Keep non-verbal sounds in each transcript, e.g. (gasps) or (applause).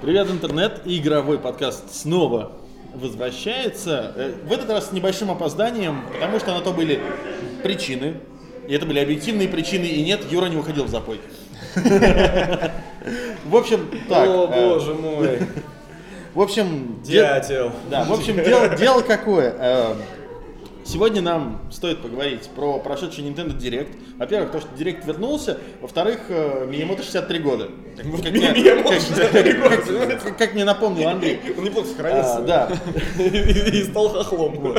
Привет, интернет! Игровой подкаст снова возвращается. Э, В этот раз с небольшим опозданием, потому что на то были причины. И это были объективные причины, и нет, Юра не уходил в запой. (laughs) В общем, так. О, э, (laughs) боже мой, В общем, де- дятел. Да, в общем, дело, дело какое. Э, Сегодня нам стоит поговорить про прошедший Nintendo Direct. Во-первых, то, что Direct вернулся. Во-вторых, э, Миямото 63 года. Как, как меня- Миямото как- 63 года, как- как- как мне напомнил (laughs) Андрей. Он неплохо А, сохранился. да. (laughs) И стал хохлом.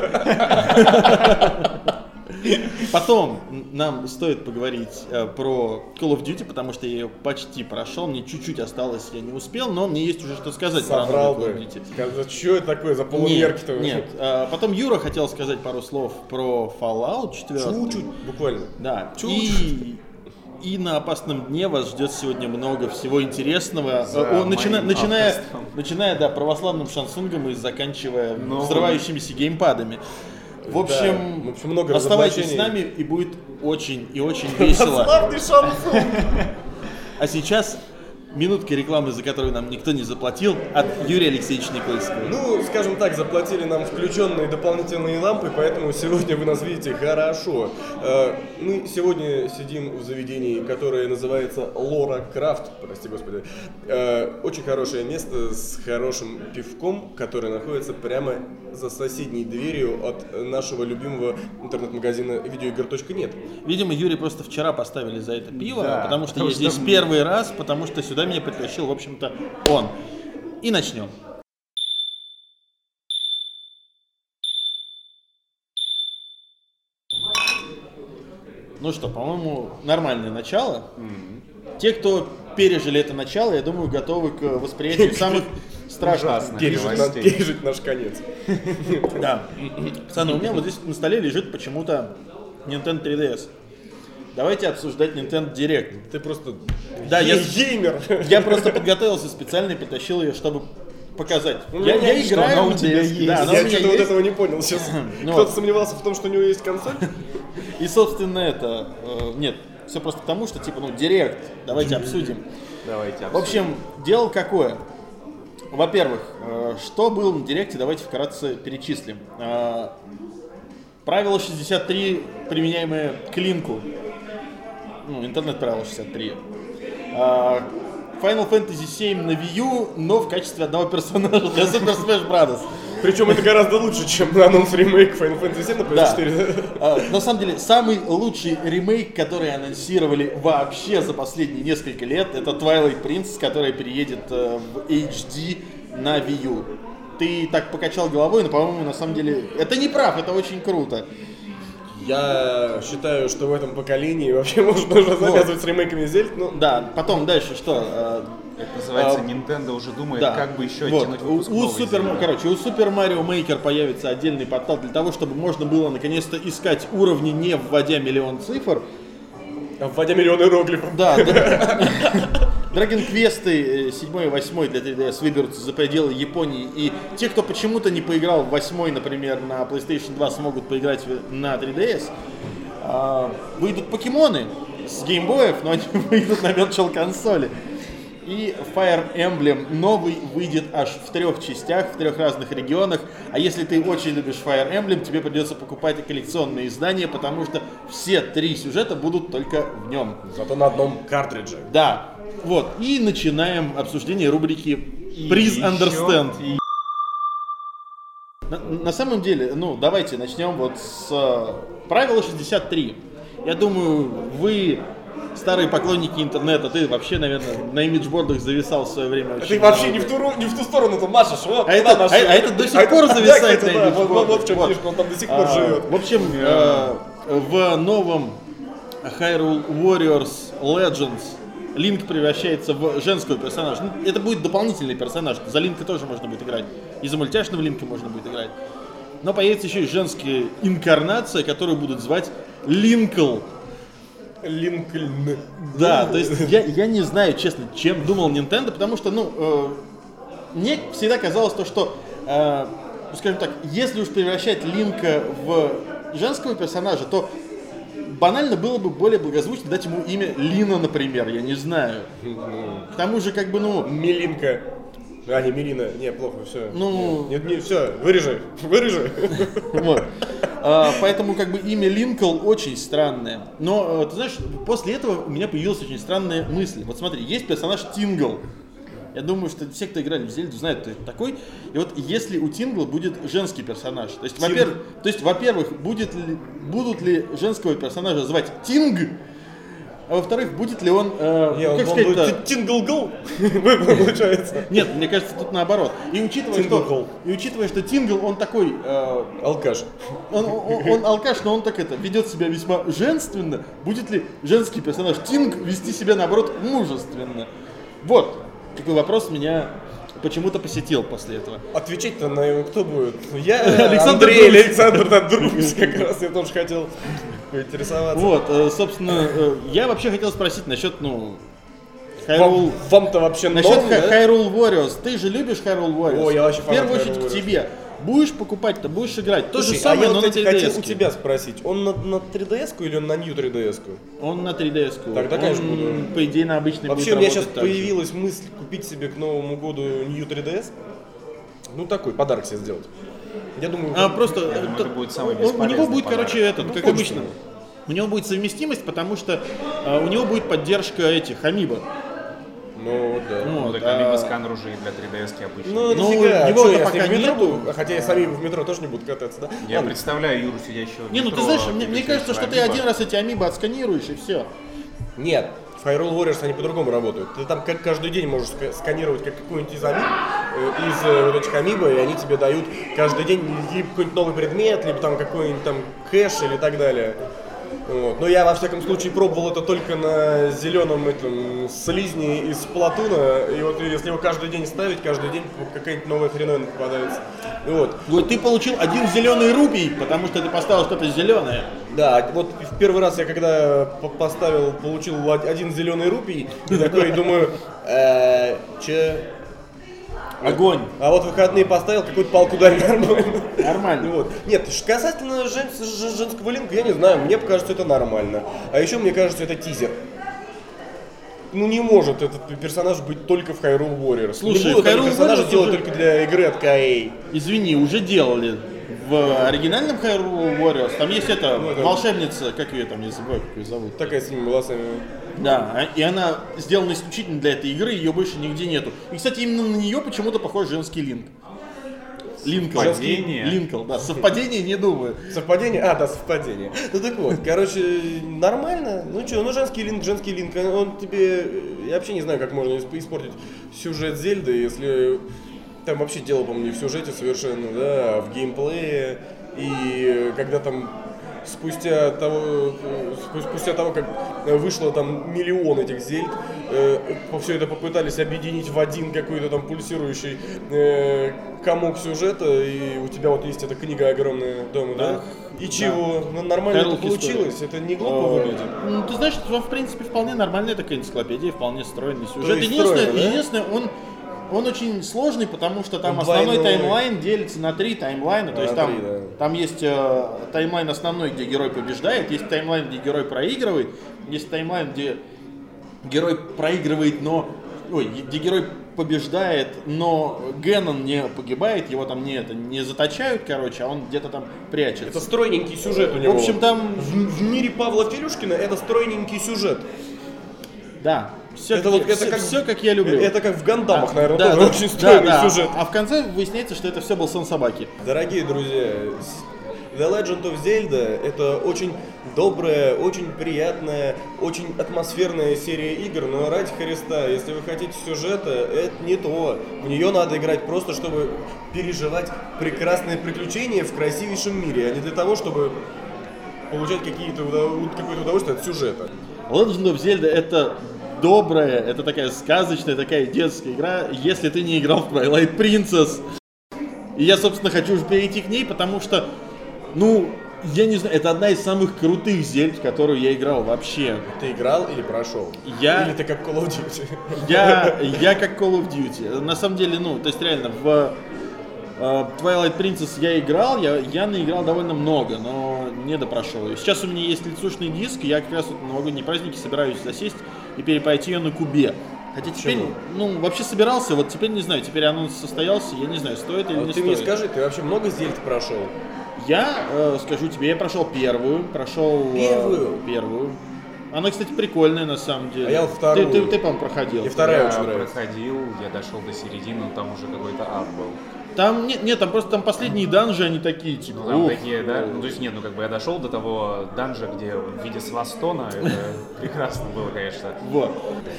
Потом н- нам стоит поговорить э, про Call of Duty, потому что я ее почти прошел, мне чуть-чуть осталось, я не успел, но мне есть уже что сказать про Соврал новый Call бы. of Duty. Сказал, что это такое за Нет, полумерки-то? нет. Э, Потом Юра хотел сказать пару слов про Fallout 4. Чуть-чуть, буквально. Да. Чуть. И, и на опасном дне вас ждет сегодня много всего интересного. Э, о, моим начина- начиная, авторством. начиная, да, православным шансунгом и заканчивая Но- взрывающимися геймпадами. В общем, Ну. в общем, много оставайтесь с нами разоблачений. и будет очень и (laughs) очень весело. А сейчас минутки рекламы, за которую нам никто не заплатил, от Юрия Алексеевича Никольского. Ну, скажем так, заплатили нам включенные дополнительные лампы, поэтому сегодня вы нас видите хорошо. Э, Мы сегодня сидим в заведении, которое называется Лора Крафт, прости господи. Э, Очень хорошее место с хорошим пивком, которое находится прямо за соседней дверью от нашего любимого интернет-магазина видеоигр.нет. Видимо, Юрий просто вчера поставили за это пиво, Да, потому что потому я что здесь мы- первый раз, потому что сюда меня притащил, в общем-то, он. И начнем. Ну что, по-моему, нормальное начало. Те, кто пережили это начало, я думаю, готовы к (laughs) восприятию самых страшных Ужасно. Пережить на- Новостей. пережить наш конец. да. Пацаны, у меня вот здесь на столе лежит почему-то Nintendo 3DS. Давайте обсуждать Nintendo Direct. Ты просто Да, я- гей- геймер. Я просто подготовился специально и притащил ее, чтобы показать. Ну, Я, я что, играю она на у тебя DS. есть. Да, она у я меня что-то вот есть. этого не понял сейчас. (laughs) Ну Кто-то ладно. сомневался в том, что у него есть консоль? И, собственно, это... э, нет, все просто к тому, что, типа, ну, Директ. Давайте (laughs) обсудим. Давайте. В общем, дело какое. Во-первых, э, что было на Директе, давайте вкратце перечислим. Э, Правило 63, применяемое к линку. Ну, интернет-правило 63. А, Final Fantasy 7 на Wii U, но в качестве одного персонажа для Super Smash Bros. Причем это гораздо лучше, чем анонс ремейк Final Fantasy VII на Да. PS4. А, На самом деле, самый лучший ремейк, который анонсировали вообще за последние несколько лет, это Twilight Princess, которая переедет э, в HD на Wii U. Ты так покачал головой, но, по-моему, на самом деле... Это не прав, это очень круто. (laughs) Я считаю, что в этом поколении вообще (laughs) можно уже завязывать с ремейками Зельд, но Да, потом дальше что? Э, это называется а, Nintendo уже думает, Да. как бы еще Вот. оттянуть у, выпуск у новой Супер, Зельды. короче, у Super Mario Maker появится отдельный портал для того, чтобы можно было наконец-то искать уровни, не вводя миллион цифр. вводя миллион иероглифов. Да. др- (laughs) Dragon Quest 7 и 8 для 3DS выберутся за пределы Японии. И те, кто почему-то не поиграл в 8, например, на PlayStation 2, смогут поиграть в- на 3DS. А, Выйдут покемоны с геймбоев, но они (laughs) выйдут на Virtual консоли. И Fire Emblem новый выйдет аж в трех частях, в трех разных регионах. А если ты очень любишь Fire Emblem, тебе придется покупать и коллекционные издания, потому что все три сюжета будут только в нем. Зато на одном картридже. Да. Вот. И начинаем обсуждение рубрики «Приз И Understand». еще- и- На, на самом деле, ну, давайте начнем вот с э, правила 63. Я думаю, вы старые поклонники интернета, ты вообще, наверное, на имиджбордах зависал в свое время. А очень Ты вообще много. не в, ту, ру- не в ту сторону там машешь, а? А это, а, а это до сих пор зависает на да, вот, имиджбордах. вот, вот в чем Вот. фишка, он там до сих пор А, живет. В общем, э, в новом Hyrule Warriors Legends Линк превращается в женского персонажа. Ну, это будет дополнительный персонаж. За Линка тоже можно будет играть. И за мультяшного Линка можно будет играть. Но появится еще и женская инкарнация, которую будут звать Линкл. Линкольн. Да, то есть я, я не знаю, честно, чем думал Nintendo, потому что, ну, э, мне всегда казалось то, что, э, ну, скажем так, если уж превращать Линка в женского персонажа, то банально было бы более благозвучно дать ему имя Лина, например, я не знаю. К тому же, как бы, ну, Милинка. А, не Мирина. Не, плохо, все. Ну- Нет, не, все, вырежи, вырежи. Вот. А, Поэтому как бы имя Линкольн очень странное. Но, э, ты знаешь, после этого у меня появилась очень странная мысль. Вот смотри, есть персонаж Тингл. Я думаю, что все, кто играли в Зельду, знают, кто это такой. И вот если у Тингла будет женский персонаж, то есть, Тинг. во-первых, то есть, во-первых, будет ли, будут ли женского персонажа звать Тинг, а во-вторых, будет ли он, э, Не, ну, он как он сказать-то- будет (laughs) тингл-гол, получается. нет, мне кажется, тут наоборот. И учитывая, Тингл. что, и учитывая, что Тингл, он такой, э, Алкаш. Он, он- он алкаш, но он так это ведет себя весьма женственно. Будет ли женский персонаж Тинг вести себя наоборот мужественно? Вот такой вопрос меня почему-то посетил после этого. Отвечать-то на его кто будет? Я, э, Александр Андрей Друзь. Александр да, Друзь, (laughs) как раз я тоже хотел поинтересоваться. Вот, э, собственно, э, я вообще хотел спросить насчет, ну, Вам- Хайрул. Вам-то вообще Насчет норм, Ха- да? Хайрул Warriors. Ты же любишь Хайрул Warriors. О, я вообще В фанат первую Hyrule очередь к Warriors. тебе. Будешь покупать-то, будешь играть. То же Слушай, самое, а я но вот, на кстати, хотел 3DS. у тебя спросить, он на, на 3DS-ку или он на New 3DS-ку? Он на 3DS. Тогда, Он, конечно, буду. По идее, на обычной Вообще, будет у меня сейчас работать так же. появилась мысль купить себе к Новому году New 3DS. Ну, такой подарок себе сделать. Я думаю, А, просто Я думаю, то- это будет самый он- у бесполезный него будет, подарок. короче, этот, Ну, как почта. обычно. У него будет совместимость, потому что а, у него будет поддержка этих Амиба. ну да. Ну, Ну, вот, так а, Амиба сканер уже и для 3DS обычно. Ну, Ну, нифига, его чё, же я с пока ним в метро нету. буду? Хотя я сами в метро тоже не буду кататься, да? я Ладно. представляю Юру сидящего в не, ну ты метро, а знаешь, мне, мне бегающего кажется, что ты Амиба. один раз эти Амиба отсканируешь и все. Нет, в Hyrule Warriors они по-другому работают. Ты там как каждый день можешь ска- сканировать как какую-нибудь из амиб, э, из э, вот этих амибо, и они тебе дают каждый день либо какой-нибудь новый предмет, либо там какой-нибудь там кэш или так далее. Вот. Но я, во всяком случае, пробовал это только на зеленом этом слизне из Платуна. И вот если его каждый день ставить, каждый день какая-нибудь новая хреновина попадается. Вот. Вот ты получил один зеленый рупий, потому что ты поставил что-то зеленое. Да, вот в первый раз я когда по- поставил, получил од- один зеленый рупий, и такой думаю, «Э, че? Огонь. А вот в выходные поставил какую-то палку дали нормально. Нормально. Вот. Нет, ж- касательно жен- ж- женского линка, я не знаю, мне кажется, это нормально. А еще мне кажется, это тизер. Ну не может этот персонаж быть только в Hyrule Warriors. Слушай, не будут они Hyrule персонажа Warriors делать уже- только для игры от Каэй. Извини, уже делали. В оригинальном Hyrule Warriors там есть эта Ну, это- волшебница, как ее там, я забываю, как ее зовут. Такая с ними волосами. Да, а- и она сделана исключительно для этой игры, ее больше нигде нету. И, кстати, именно на нее почему-то похож женский линк. Линкл. Совпадение? Линкл, да. Совпадение не думаю. Совпадение? А, да, совпадение. Ну так вот, короче, нормально. Ну что, ну женский линк, женский линк, он тебе... Я вообще не знаю, как можно исп- испортить сюжет Зельды, если... Там вообще дело, по мне, в сюжете совершенно, да, а в геймплее. И э, когда там спустя того, э, спу- спустя того, как э, вышло там миллион этих зельд, все это попытались объединить в один какой-то там пульсирующий э, комок сюжета, и у тебя вот есть эта книга огромная дома, да? Да. И Да. чего? Ну, нормально это Харлок история. получилось, это не глупо Э, выглядит. Ну, ты знаешь, что, в принципе, вполне нормальная такая энциклопедия, вполне стройный сюжет. есть единственное, стройно, да? единственное, он он очень сложный, потому что там Он основной двойной. таймлайн делится на три таймлайна. То На есть там, три, да. там есть э, таймлайн основной, где герой побеждает, есть таймлайн, где герой проигрывает, есть таймлайн, где герой проигрывает, но... Ой, где герой побеждает, но Геннон не погибает, его там не, это, не заточают, короче, а он где-то там прячется. Это стройненький сюжет у него. В общем, там, в, в мире Павла Филюшкина это стройненький сюжет. да, все, это вот это Э, как, все, как я люблю. Это как в Гандамах, наверное, Да, тоже да, очень да, стройный да. сюжет. А в конце выясняется, что это все был сон собаки. Дорогие друзья, с- The Legend of Zelda это очень добрая, очень приятная, очень атмосферная серия игр, но ради Христа, если вы хотите сюжета, это не то. В нее надо играть просто, чтобы переживать прекрасные приключения в красивейшем мире, а не для того, чтобы получать какие-то удов- какое-то удовольствие от сюжета. Legend of Zelda это добрая, это такая сказочная, такая детская игра, если ты не играл в Twilight Princess. И я, собственно, хочу уже перейти к ней, потому что, ну, я не знаю, это одна из самых крутых зельд, в которую я играл вообще. Ты играл или прошел? Я- Или ты как Call of (laughs) Duty? (laughs) Я, я как Call of Duty. На самом деле, ну, то есть реально, в э, Twilight Princess я играл, я, я наиграл довольно много, но не допрошел ее. Сейчас у меня есть лицушный диск, и я как раз вот на новогодние праздники собираюсь засесть и перепройти ее на Кубе. Хотя теперь, ну, вообще собирался, вот теперь не знаю, теперь анонс состоялся, я не знаю, стоит или А вот не ты стоит. мне скажи, ты вообще много зельд прошел? Я э, скажу тебе, я прошел первую, прошел... э, Первую? первую. Она, кстати, прикольная на самом деле. А я вот вторую. Ты, ты, ты, по-моему, проходил. И вторая я очень нравится. проходил, я дошел до середины, но там уже какой-то ад был. Там, нет, нет, там просто там последние данжи, они такие, типа, Ну, там уф. такие, да? Ну, то есть, нет, ну, как бы я дошел до того данжа, где в виде свастона, это (laughs) прекрасно было, конечно. Вот.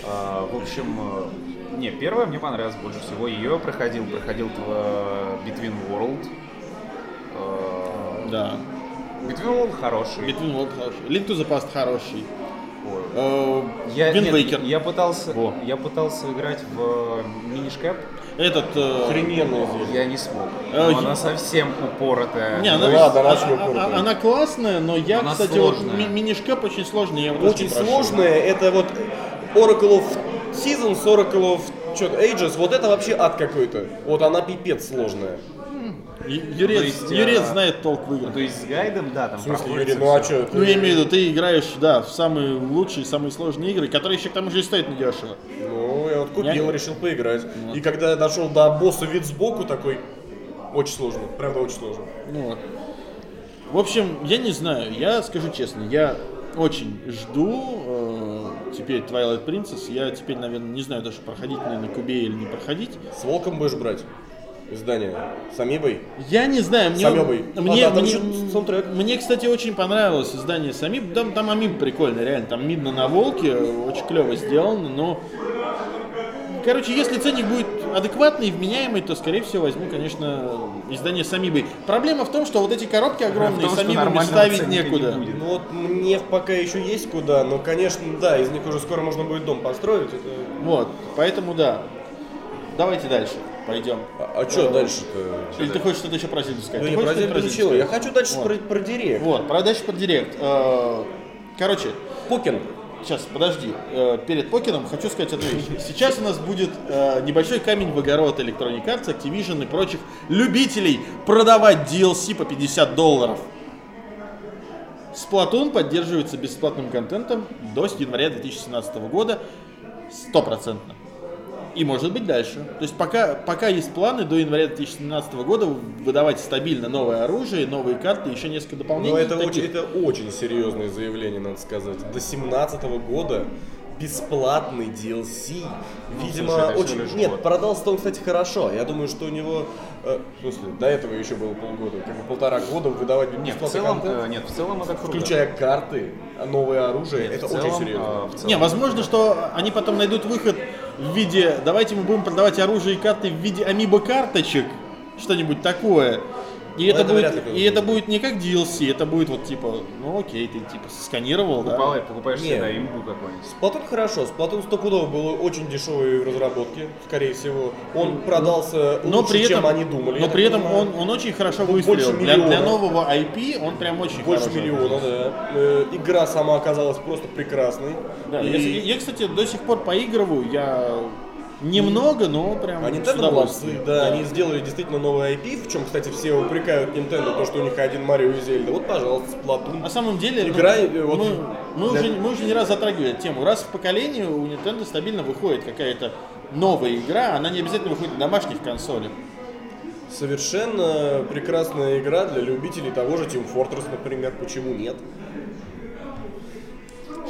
А, в общем, э, не, первая мне понравилась больше всего. Ее проходил, проходил в э, Between World. Э, Да. Between World хороший. Between World хороший. Link to the Past хороший. Ой. Э, Я, Wind нет, Waker. я пытался, Во. я пытался играть в минишкэп, Этот... э, Охрененная зельд. я не смог. Э, Но я- она совсем упоротая. Не, Ну, она, Ну ладно, она а- очень а- упорная. она классная, но я, Она кстати, вот сложная. ми- минишкэп очень сложный, я его тоже не Очень прошел. сложная, это вот Oracle of Seasons, Oracle of чё-то Ages, вот это вообще ад какой-то. Вот она пипец сложная. Ю- То Юрец, есть, Юрец а, знает толк в Ну, играх. то есть э, с гайдом, да, там В смысле, проходится Юрий, ну а всё. чё? Ну, я имею в виду, ты играешь, да, в самые лучшие, самые сложные игры, которые еще к тому же и стоят недешево. Ну, я вот купил, Я- решил поиграть. И когда я дошел до босса вид сбоку такой, очень сложно, правда очень сложно. Ну вот. В общем, я не знаю, я скажу честно, я очень жду э, теперь Twilight Princess. Я теперь, наверное, не знаю даже, проходить, наверное, Кубе или не проходить. С волком будешь брать издание? С амибой? Я не знаю, мне, С Амебой. А, мне, да, там мне, еще саундтрек. мне, кстати, очень понравилось издание с Амиб. Там, там Амиб прикольно, реально. Там видно на волке, очень клево сделано, но... Короче, если ценник будет адекватный и вменяемый, то, скорее всего, возьму, конечно, издание с Амибой. Проблема в том, что вот эти коробки огромные, том, с что Амибами нормального ставить ценника не некуда. будет. Ну вот мне пока еще есть куда, но, конечно, да, из них уже скоро можно будет дом построить. это- Вот, поэтому да. Давайте дальше пойдем. А, что дальше-то? Или ты хочешь что-то еще про Зельду сказать? Ну, Ты я хочешь про что-то Зельду Зельду ничего, я сказать? хочу дальше Вот. про, про Директ. Вот, про дальше про Директ. Э, Короче, Покин. Сейчас, подожди. Э, Перед покером хочу сказать одну вещь. Сейчас у нас будет э, небольшой камень в огород Electronic Arts, Activision и прочих любителей продавать DLC по 50 долларов. Splatoon поддерживается бесплатным контентом до января 2017 года стопроцентно. И может быть дальше. То есть пока, пока есть планы до января 2017 года выдавать стабильно новое оружие, новые карты, еще несколько дополнений. Но Ну, это, таких. очень, это очень серьезное заявление, надо сказать. До 17 года бесплатный DLC. Видимо, Ну, слушай, это всего очень... лишь Нет, год. продался он, кстати, хорошо. Я думаю, что у него... э, в смысле, до этого еще было полгода. Как бы полтора года выдавать Нет, в бесплатный целом, контент, э, нет, в целом это круто. включая карты, новое оружие. Нет, это в целом, очень серьезно. э, в целом. Не, возможно, что они потом найдут выход в виде, давайте мы будем продавать оружие и карты в виде амибо карточек, что-нибудь такое. И Ну, это, это вряд ли будет, кто-то и это будет. будет не как DLC, это будет вот типа, ну окей, ты типа сканировал, Покупал, да? покупаешь Не. себе да, имбу какой-нибудь. Сплатун хорошо, Сплатун стопудово был очень дешевый в разработке, скорее всего. Ну, Он продался Но лучше, при этом, чем они думали. я но так при этом понимаю. он, он очень хорошо Ну, больше выстрелил. Для, для миллиона. нового IP он прям очень Больше хороший. миллиона, да. Э, Игра сама оказалась просто прекрасной. Да, И я, я, кстати, до сих пор поигрываю, я немного, но прям А с Nintendo удовольствием. молодцы, да, они сделали действительно новый IP, в чем, кстати, все упрекают Nintendo, то, что у них один Марио и Зельда. Вот, пожалуйста, Сплатун. На самом деле, ну, Игра, э, вот- мы, мы для- уже, мы уже не раз затрагивали эту тему. Раз в поколение у Nintendo стабильно выходит какая-то новая игра, она не обязательно выходит на домашних консолях. Совершенно прекрасная игра для любителей того же Team Fortress, например. Почему нет?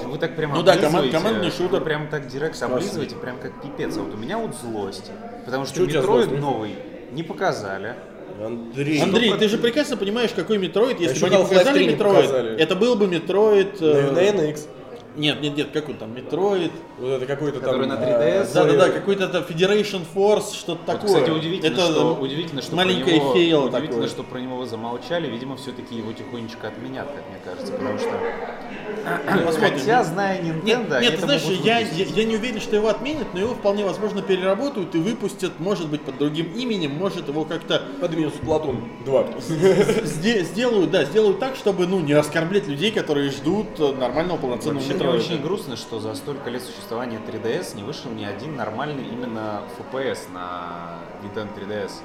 Вы так прям Ну да, коман- облизываете, командный шутер. Вы прям так директ облизываете, прям как пипец. А вот у меня вот злость. Потому что Чё у тебя Метроид злость? новый не показали. Андрей, Андрей, про- ты же прекрасно понимаешь, какой Метроид, если еще бы они Half-Life 3 показали не Метроид, показали. это был бы Метроид... на, э, на NX. Нет, нет, нет, как он там, Метроид... Вот это какой-то там... э, Который на 3DS. Да, да, Да-да-да, да. какой-то там Federation Force, что-то Вот, такое. кстати, удивительно, это что, м, удивительно, что маленькое про него, Halo удивительно, такое. что про него замолчали. Видимо, все-таки его тихонечко отменят, как мне кажется, потому что. Ну, посмотрим. Хотя, зная Nintendo, Нет, они нет, ты это знаешь, могут я, выпустить. я, я не уверен, что его отменят, но его вполне возможно переработают и выпустят, может быть, под другим именем, может его как-то (laughs) Подменил Сплатун 2. сде- сделают, да, сделают так, чтобы, ну, не оскорблять людей, которые ждут э, нормального полноценного Вообще, метро. мне очень грустно, что за столько лет существования 3DS не вышел ни один нормальный именно FPS на Nintendo 3DS. То есть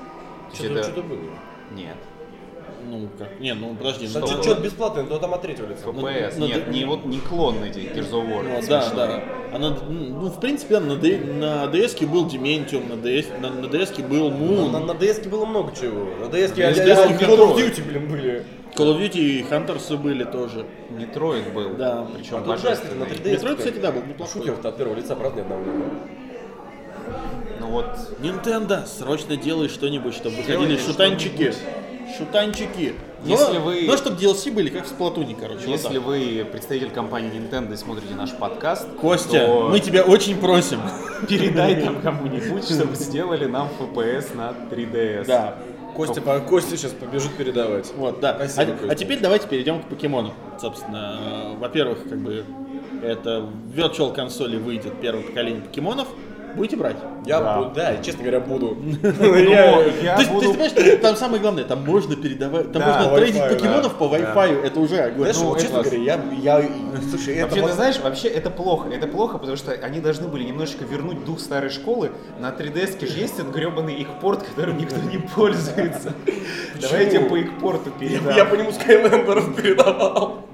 Что-то это- что-то было. Нет. Ну, как, не, ну подожди, ну, Там давай. что-то бесплатное, но там от третьего лица. FPS. ну, Нет, ты- не вот не клон эти Gears of War, Ну, да, смешные. да. А на- ну, в принципе, на, D- на DS-ке был Dementium, на, DS, на, на DS-ке был Moon, Ну, Ну, На, на DS-ке было много чего. На DS-ке На я- DS-ке я- я- Call Control. of Duty, блин, были. Call of Duty и Hunters были тоже. Метроид был. Да. А Причем тут ужасно, на 3D. Метроид, кстати, да, был неплохой. Шутер-то от первого лица, правда, ни одного не было. Ну вот, Nintendo, срочно делай Ну, что-нибудь, чтобы Сделайте выходили шутанчики. Шутанчики. Но, Если вы- но чтобы DLC были, как в Сплатуне, короче. вот если так. вы представитель компании Nintendo и смотрите наш подкаст, Костя, то мы тебя очень просим. передай там (laughs) кому-нибудь, чтобы сделали нам FPS на 3DS. Да. Костя, по- Костя сейчас побежит передавать. (laughs) Вот, да. А, Спасибо, Костя. а теперь давайте перейдем к покемонам. Собственно, э, во-первых, как бы это в Virtual консоли выйдет первое поколение покемонов. Будете брать. Я Да. буду, да, я, честно (laughs) говоря, буду. Ну, Но Я- Ну, Ну, я то есть, буду- ты понимаешь, там самое главное, там можно передавать, там Да, можно по трейдить Wi-Fi, да. покемонов по Wi-Fi, это уже огонь. Знаешь, Ну, вот это честно класс. говоря, я, я, слушай, это Вообще, вот- ты знаешь, вообще это плохо. Это плохо, потому что они должны были немножечко вернуть дух старой школы. На 3DS -ке же есть этот гребаный икпорт, которым никто не (laughs) пользуется. Давайте по икпорту передам. я по нему Skylanders передавал.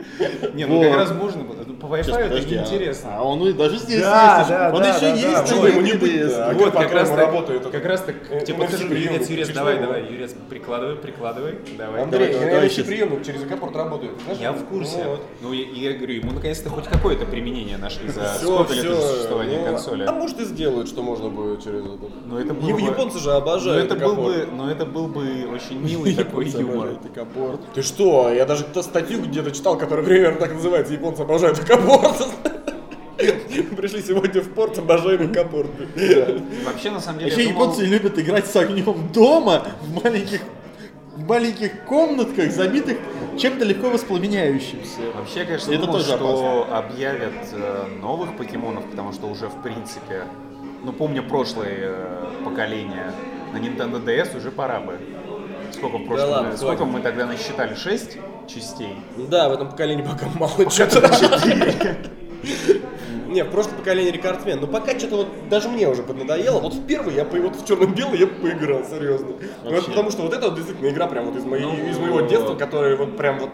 Не, ну как Вот. раз можно было. Ну, По Wi-Fi Сейчас, это подожди, а- неинтересно. А он и даже здесь Да, есть. да, он да, еще да, да, есть. чего на ему не 3DS. быть-то, а? вот, как как раз, по-твоему так, работает это? как раз так, Э, тебе ну, подхожу, вообще Юрец, прием, Юрец, чуть давай, что. давай, Юрец, прикладывай, прикладывай, давай. Андрей, ну, Давай, я давай, вообще сейчас. приемник через Экапорт работает. знаешь? Я в курсе. Ну вот. Ну, я, я говорю, ему наконец-то хоть какое-то применение нашли за Всё, сколько лет всё, существования ну, консоли. А может и сделают, что можно будет через это. Но это было Ю- бы- Японцы же Но обожают ну, это, был Экапорт. бы, но это был бы очень (laughs) милый такой юмор. Обожает (laughs) Экопорт. Ты что? Я даже та- статью где-то читал, которая примерно так называется. Японцы обожают Экапорт. Пришли сегодня в порт, обожаем Экапорт. Вообще, на самом деле, Еще я думал- японцы любят играть с огнем дома в маленьких, в маленьких комнатках, забитых чем-то легко воспламеняющимся. Вообще, я, конечно, Это думал, тоже что объявят э, новых покемонов, потому что уже, в принципе, ну, помню прошлое э, поколение на Nintendo DS уже пора бы. Сколько в прошлом, ладно, сколько хватит. мы тогда насчитали? Шесть частей? Да, в этом поколении пока мало чего. Не, в прошлом поколении рекордсмен. Но пока что-то вот даже мне уже поднадоело. Вот в первый я по- вот в черно-белый я поиграл, серьезно. Ну, это Вообще. потому что вот это вот действительно игра прям вот из, моей- Ну, из моего вот. детства, которая вот прям вот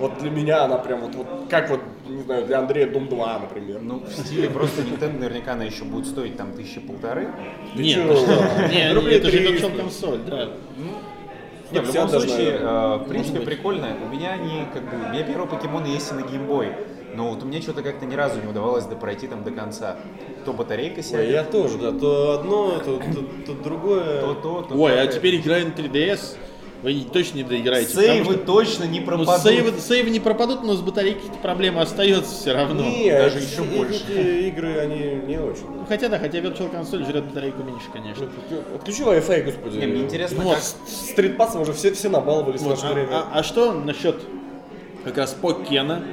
вот для меня она прям вот, вот как вот, не знаю, для Андрея Дум 2, например. Ну, в стиле просто Nintendo наверняка она еще будет стоить там тысячи полторы. Ты Нет, чё? ты что? Не, Рублей не, это же 300. Virtual консоль, да. Не, в 50 любом даже, случае, наверное. э, в принципе, быть. прикольно. У меня они, как бы, у меня первый покемон есть и на геймбой. Но вот мне что-то как-то ни разу не удавалось допройти там до конца. То батарейка Ой, сядет, я тоже, да, то одно, то, то- то другое. то то, то Ой, а пятое. теперь играя на 3DS, вы не- точно не доиграете. Сейвы потому что- точно не Ну, пропадут. сейвы, сейвы не пропадут, но с батарейки проблема остается все равно. Не, даже эти- еще больше. Эти игры, они не очень. Ну, хотя да, хотя Virtual консоль жрет батарейку меньше, конечно. Отключи Wi-Fi, господи. Ну, а Не, мне интересно, Вот. как... С стритпассом уже все, все набаловались Вот, а, в наше время. а- а что насчет как раз Покена?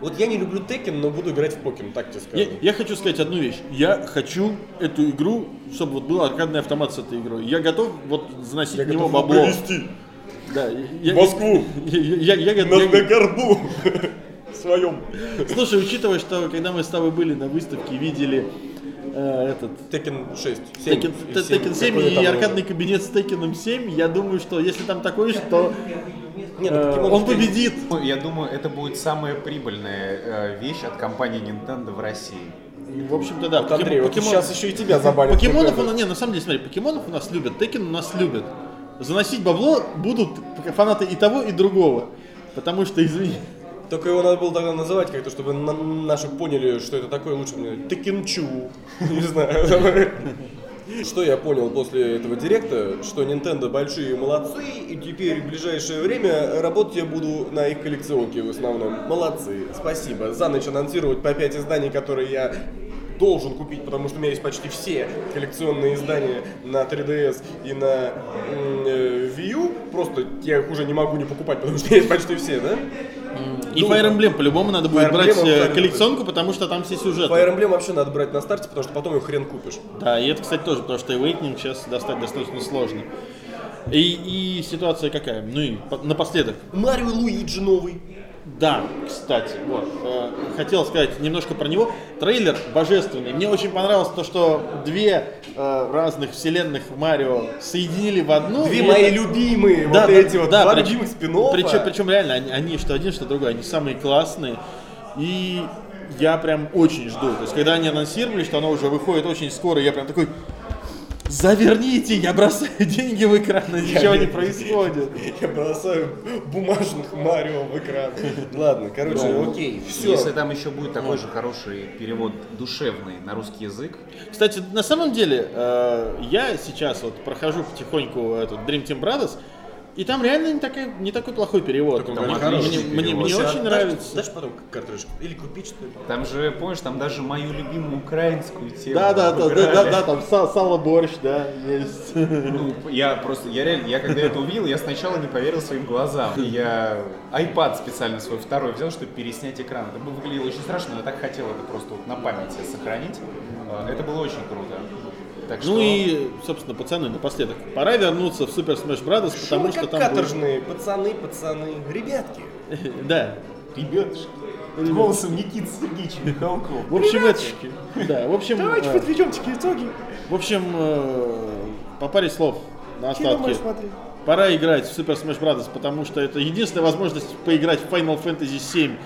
Вот я не люблю Текен, но буду играть в Покин, так тебе скажу. Я, я хочу сказать одну вещь. Я хочу эту игру, чтобы вот был аркадный автомат с этой игрой. Я готов вот заносить в него готов его бабло. привезти Да, я, в Москву я- я- я- я- на, я- на горбу (laughs) своем. Слушай, учитывая, что когда мы с тобой были на выставке, видели э, этот Текен 6. Tekken, Т- Tekken 7 и аркадный кабинет с Tekken 7, я думаю, что если там такой, что Нет, ну, э, он победит. Ну, Я думаю, это будет самая прибыльная э, вещь от компании Nintendo в России. В общем-то, да. покем- Андрей, вот покемон- сейчас еще и тебя забанят. Покемонов у нас, не, на самом деле, смотри, покемонов у нас любят, Tekken у нас любят. Заносить бабло будут фанаты и того, и другого. Потому что, извини, Только его надо было тогда называть как-то, чтобы на- наши поняли, что это такое, лучше мне Текинчу. (laughs) Не знаю. Что я понял после этого директа, что Nintendo большие молодцы, и теперь в ближайшее время работать я буду на их коллекционке в основном. Молодцы, спасибо. За ночь анонсировать по 5 изданий, которые я должен купить, потому что у меня есть почти все коллекционные издания на 3DS и на м, э, Wii U. Просто я их уже не могу не покупать, потому что есть почти все, да? и Думаю. Fire Emblem по-любому надо будет Fire брать Emblem, э, Fire Emblem. коллекционку, потому что там все сюжеты. Fire Emblem вообще надо брать на старте, потому что потом ее хрен купишь. Да, и это, кстати, тоже, потому что Awakening сейчас достать достаточно сложно. И, и ситуация какая? Ну и по- напоследок. Марио и Луиджи новый. Да, кстати, вот. э, хотел сказать немножко про него. Трейлер божественный. Мне очень понравилось то, что две э, разных вселенных Марио соединили в одну. Две И мои Ну, это- любимые, Да, вот да, эти вот, да, два прич- любимых спин Причем, причем реально, они, они что один, что другой, они самые классные. И я прям очень жду. То есть, когда они анонсировали, что оно уже выходит очень скоро, я прям такой, заверните, я бросаю (laughs) деньги в экран, и ничего не происходит. Я бросаю бумажных Марио в экран. Ладно, короче, Ну, окей, все. Если там еще будет такой же хороший перевод душевный на русский язык, Кстати, на самом деле, э, я сейчас вот прохожу потихоньку этот Dream Team Brothers, и там реально не, такой- не такой плохой перевод. Такой Там хороший мне, мне- перевод. мне Слушай, очень нравится. Дашь потом картридж? Или купить что-то? там же, помнишь, там даже мою любимую украинскую тему. Да, да, да, да, выбирали. да, да, там са- сало борщ, да, есть. Ну, я просто, я реально, я когда это увидел, я сначала не поверил своим глазам. И Я iPad специально свой второй взял, чтобы переснять экран. Это бы выглядело очень страшно, но я так хотел это просто вот на память себе сохранить. А, Это было очень круто. Так что... Ну и, собственно, пацаны, напоследок. Пора вернуться в Super Smash Bros., потому что как там... будет- каторжные, пацаны, пацаны, ребятки. Да. Ребятушки, голосом Никиты Сергеевича Михалкова. В общем, это... Да, в общем... э, подведемте итоги. В общем, э, по паре слов на остатки. Пора играть в Super Smash Bros., потому что это единственная возможность поиграть в Final Fantasy 7.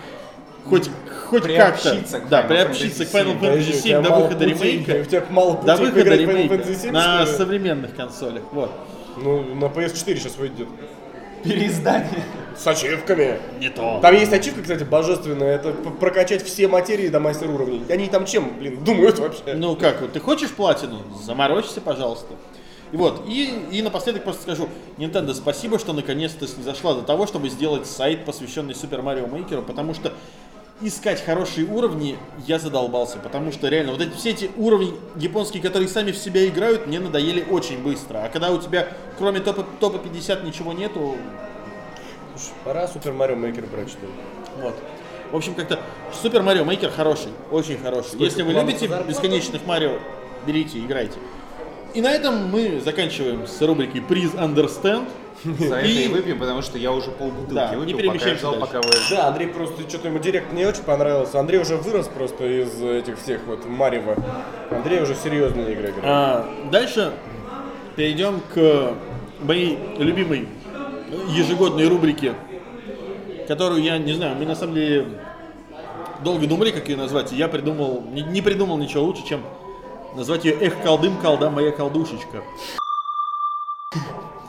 Хоть, хоть Приобщиться как-то. к да, Final приобщиться Fantasy к Final Fantasy 7 до выхода ремейка. У тебя мало До путей выхода поиграть в Final ремейка Fantasy VII, на что ли? современных консолях. Вот. Ну, на PS4 сейчас выйдет. Переиздание. С ачивками. Не то. Там есть ачивка, кстати, божественная. Это п- прокачать все материи до мастер уровней. Они там чем, блин, думают вообще? Ну как, вот ты хочешь платину? Заморочься, пожалуйста. И вот, и, и напоследок просто скажу, Nintendo, спасибо, что наконец-то снизошла до того, чтобы сделать сайт, посвященный Супер Марио Мейкеру, потому что искать хорошие уровни я задолбался, потому что реально вот эти все эти уровни японские, которые сами в себя играют, мне надоели очень быстро. А когда у тебя кроме топа, топа 50 ничего нету, Слушай, Пора Супер Марио Мейкер брать, что ли. вот. В общем, как-то Супер Марио Мейкер хороший, очень хороший. Если вы планов любите на зарплату? бесконечных Марио, берите, играйте. И на этом мы заканчиваем с рубрикой «Приз Understand». За это И- и выпьем, потому что я уже полбутылки Да, не выпил, пока я перемещаемся ждал, дальше. пока вы... Да, Андрей просто что-то ему директ не очень понравился. Андрей уже вырос просто из этих всех вот Марева. Андрей уже в серьезные игры играет. А, дальше перейдем к моей любимой ежегодной рубрике, которую я не знаю, мы на самом деле долго думали, как ее назвать. и Я придумал, не, не придумал ничего лучше, чем назвать ее «Эх, колдым, колда, моя колдушечка».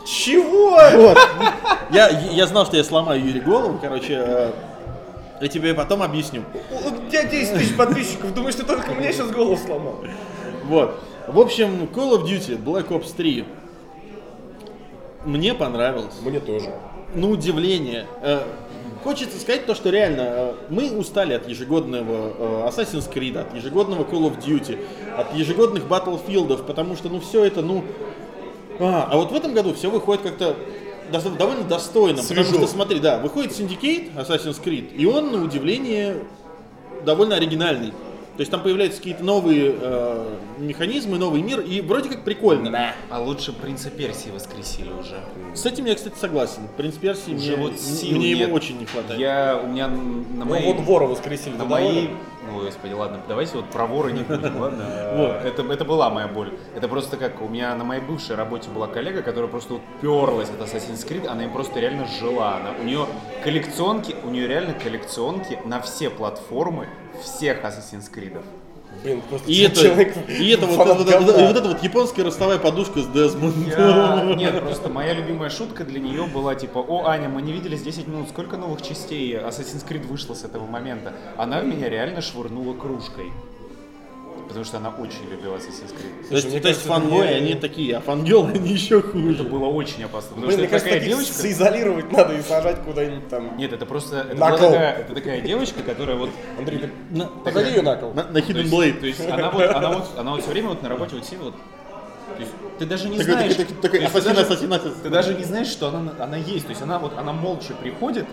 Чего? Вот. Я, я знал, что я сломаю Юре голову, короче. э, Я тебе потом объясню. У тебя 10 тысяч подписчиков. Думаешь, ты только мне сейчас голову сломал? Вот. В общем, Call of Duty Black Ops 3 мне понравилось. Мне тоже. На удивление. Э, Хочется сказать то, что реально э, мы устали от ежегодного э, Assassin's Creed, от ежегодного Call of Duty, от ежегодных Battlefield, потому что, ну, все это, ну... А, а вот в этом году все выходит как-то дос- довольно достойно. Свежо. Потому что, смотри, да, выходит Syndicate, Assassin's Creed, и он, на удивление, довольно оригинальный. То есть там появляются какие-то новые э, механизмы, новый мир, и вроде как прикольно. А лучше принца Персии воскресили уже. С этим я, кстати, согласен. Принц Персии мне, Уже вот сил мне нет. его очень не хватает. Я, у меня на Ну моей... вот вора воскресили. На ты моей... доволен? Ой, господи, ладно, давайте вот про вора не будем, ладно? Вот. Это, это была моя боль. Это просто как, у меня на моей бывшей работе была коллега, которая просто вот перлась от Assassin's Creed, она им просто реально жила. Она, у нее коллекционки, у нее реально коллекционки на все платформы всех Assassin's Creed. Блин, просто И это, человек и это вот, фанат вот- вот- говна. вот эта вот японская ростовая подушка с Дезмондом. (laughs) Я- Нет, просто моя любимая шутка для нее была типа, о, Аня, мы не виделись 10 минут, сколько новых частей Assassin's Creed вышло с этого момента? Она в меня реально швырнула кружкой. Потому что она очень любила Assassin's Creed. То есть, мне то есть кажется, фанбои, мне- они такие, а фангелы, они еще Это хуже. было очень опасно. Потому Блин, что мне это кажется, такая таких девочка... соизолировать надо и сажать куда-нибудь там. Нет, это просто... Это, На была кол. такая, это такая девочка, которая вот... Андрей, ты На, позови ее на кол. на, на То Hidden есть, Blade. то есть она вот, она вот, она вот все время вот на работе вот сидит вот... То есть ты даже не Такой- знаешь... такой- такой то есть ты ассасин, даже- ассасин, ассасин. Ты даже не знаешь, что она, она есть. То есть она вот она молча приходит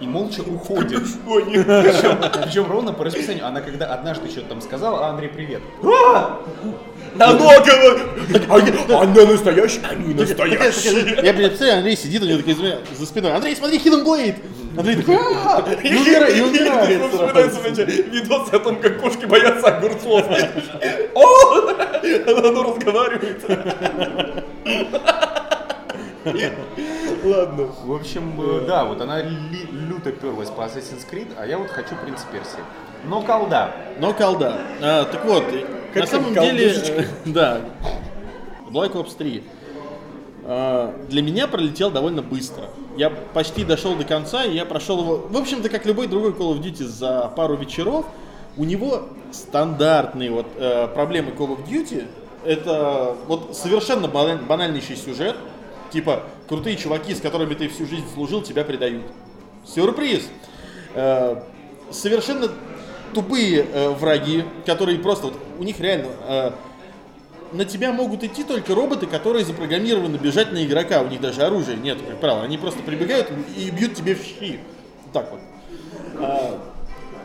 и молча уходит. (laughs) Причем, причем ровно по расписанию. Она когда однажды что-то там сказала, а Андрей, привет. А! Они, они настоящие, а (laughs) они Такая- такая- Я представляю, Андрей сидит у него такая за спиной. Андрей, смотри, Hidden Blade! Андрей такой, «А, (laughs) «А-а-а!» и умира- и умирает. Вспоминается, знаете, видосы о том, как кошки боятся огурцов. О! Оно оно разговаривает. Ладно. В общем, э, да, вот она ли- люто перлась по Assassin's Creed, а я вот хочу принц Персии. Но колда. Но колда. А, так вот, э, Как на самом там деле, колдушечка? э, (laughs) да, Black Ops 3 а, для меня пролетел довольно быстро. Я почти дошел до конца, и я прошел его, в общем-то, как любой другой Call of Duty за пару вечеров. У него стандартные вот э, проблемы Call of Duty. Это вот совершенно баналь- банальнейший сюжет, типа крутые чуваки, с которыми ты всю жизнь служил, тебя предают. Сюрприз. Э, совершенно тупые э, враги, которые просто вот у них реально э, на тебя могут идти только роботы, которые запрограммированы бежать на игрока. У них даже оружия нет, как правило. Они просто прибегают и бьют тебе в щи. Так вот. А,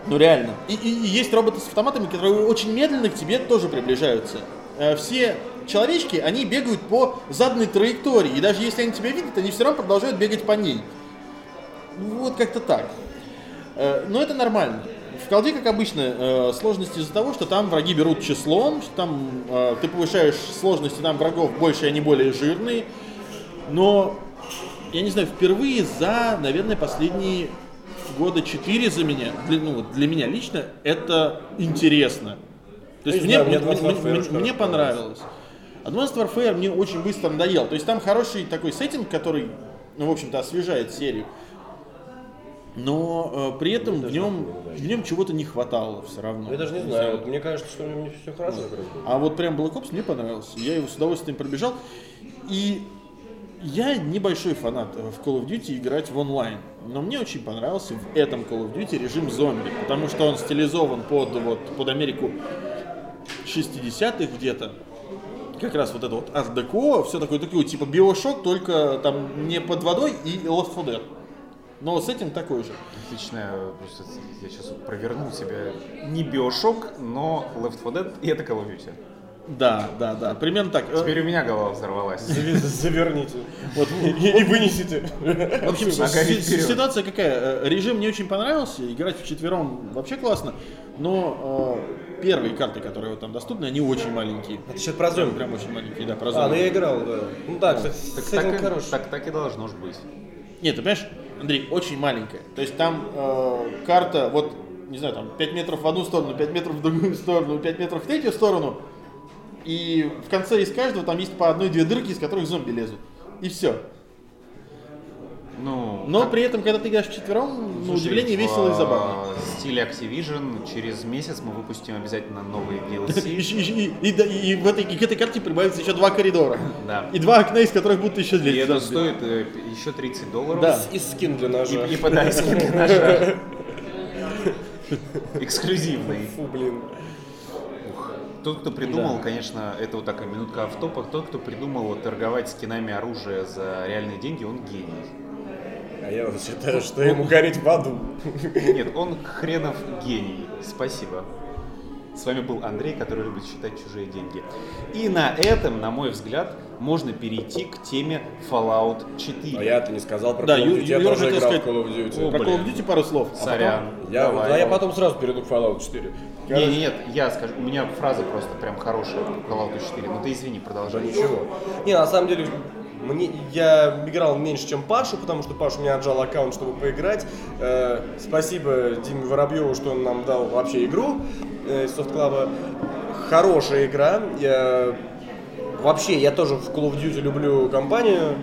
ну реально. И, и- и есть роботы с автоматами, которые очень медленно к тебе тоже приближаются. Э, все человечки, они бегают по заданной траектории. И даже если они тебя видят, они все равно продолжают бегать по ней. Ну, Вот как-то так. Э, Но это нормально. В колде, как обычно, э, сложности из-за того, что там враги берут числом, что там э, ты повышаешь сложности, там врагов больше, и они более жирные. Но, я не знаю, впервые за, наверное, последние года 4 за меня, для, ну, вот для меня лично, это интересно. То есть Не мне, знаю, мне м- Advanced м- м- Warfare очень мне хорошо понравилось. Advanced Warfare мне очень быстро надоел. То есть там хороший такой сеттинг, который, ну, в общем-то, освежает серию. Но э, Ну, при этом в нем, в нем чего-то не хватало все равно. Я даже не знаю, вот мне кажется, что мне все хорошо как раз было. А вот прям Black Ops мне понравился. Я его с удовольствием пробежал. И я небольшой фанат э, в Call of Duty играть в онлайн. Но мне очень понравился в этом Call of Duty режим зомби. Потому что он стилизован под, вот, под Америку 60-х где-то. Как раз вот это вот арт-деко, все такое такое, типа биошок, только там не под водой и Left 4 Dead. Но с этим такой же. Отлично, э, просто я сейчас проверну себя. Не биошок, но Left 4 Dead и это Call of Duty. Да, да, да. Примерно так. Э, Теперь у меня голова взорвалась. Зави- Заверните. Вот, И и вынесите. В общем, Нога си- вперед. си- ситуация какая? Э, Режим не очень понравился, играть вчетвером вообще классно, но э, первые карты, которые вот там доступны, они очень маленькие. Это сейчас про Прям, зомби. прям очень маленькие, да, про А, ну зомби. я играл, да. Ну да, кстати, Так, с так этим и- хорош. так- так и должно ж быть. Нет, ты понимаешь, Андрей, очень маленькая. То есть там э, карта, вот, не знаю, там 5 метров в одну сторону, 5 метров в другую сторону, 5 метров в третью сторону, и в конце из каждого там есть по одной-две дырки, из которых зомби лезут. И все. Ну, Но А. как- при этом, когда ты играешь вчетвером, на Слушай, удивление в, весело и э, забавно. стиле Activision через месяц мы выпустим (laughs) обязательно новые И, DLC. и- и- и- да, и в этой, и к этой карте прибавится еще два коридора. Да. И два окна, из которых будут еще И две. это стоит э, еще 30 долларов. Да. И скин для И, ножа. и (laughs) подарки для (laughs) ножа. Эксклюзивный. Фу, блин. Тот, кто придумал, конечно, это вот такая минутка автопа, тот, кто придумал торговать скинами оружия за реальные деньги, он гений. А я вот считаю, что ему гореть в аду. Нет, он хренов гений. Спасибо. С вами был Андрей, который любит считать чужие деньги. И на этом, на мой взгляд, можно перейти к теме Fallout 4. А я-то не сказал про Да, Call of Ю- Duty, я Юра тоже хотел играл в сказать- Call of Про Duty. Call О, of блин. Duty пару слов. а потом- Сорян. Я, Давай. да, я потом сразу перейду к Fallout 4. Не, не, нет, я скажу, у меня фраза просто прям хорошая по Fallout 4. Ну ты извини, Да продолжай. ничего. Не, на самом деле, мне, я играл меньше, чем Паша, потому что Паша меня отжал аккаунт, чтобы поиграть. Э, спасибо Диме Воробьеву, что он нам дал вообще игру э, из софтклаба. Хорошая игра. Я- Вообще, я тоже в Call of Duty люблю компанию.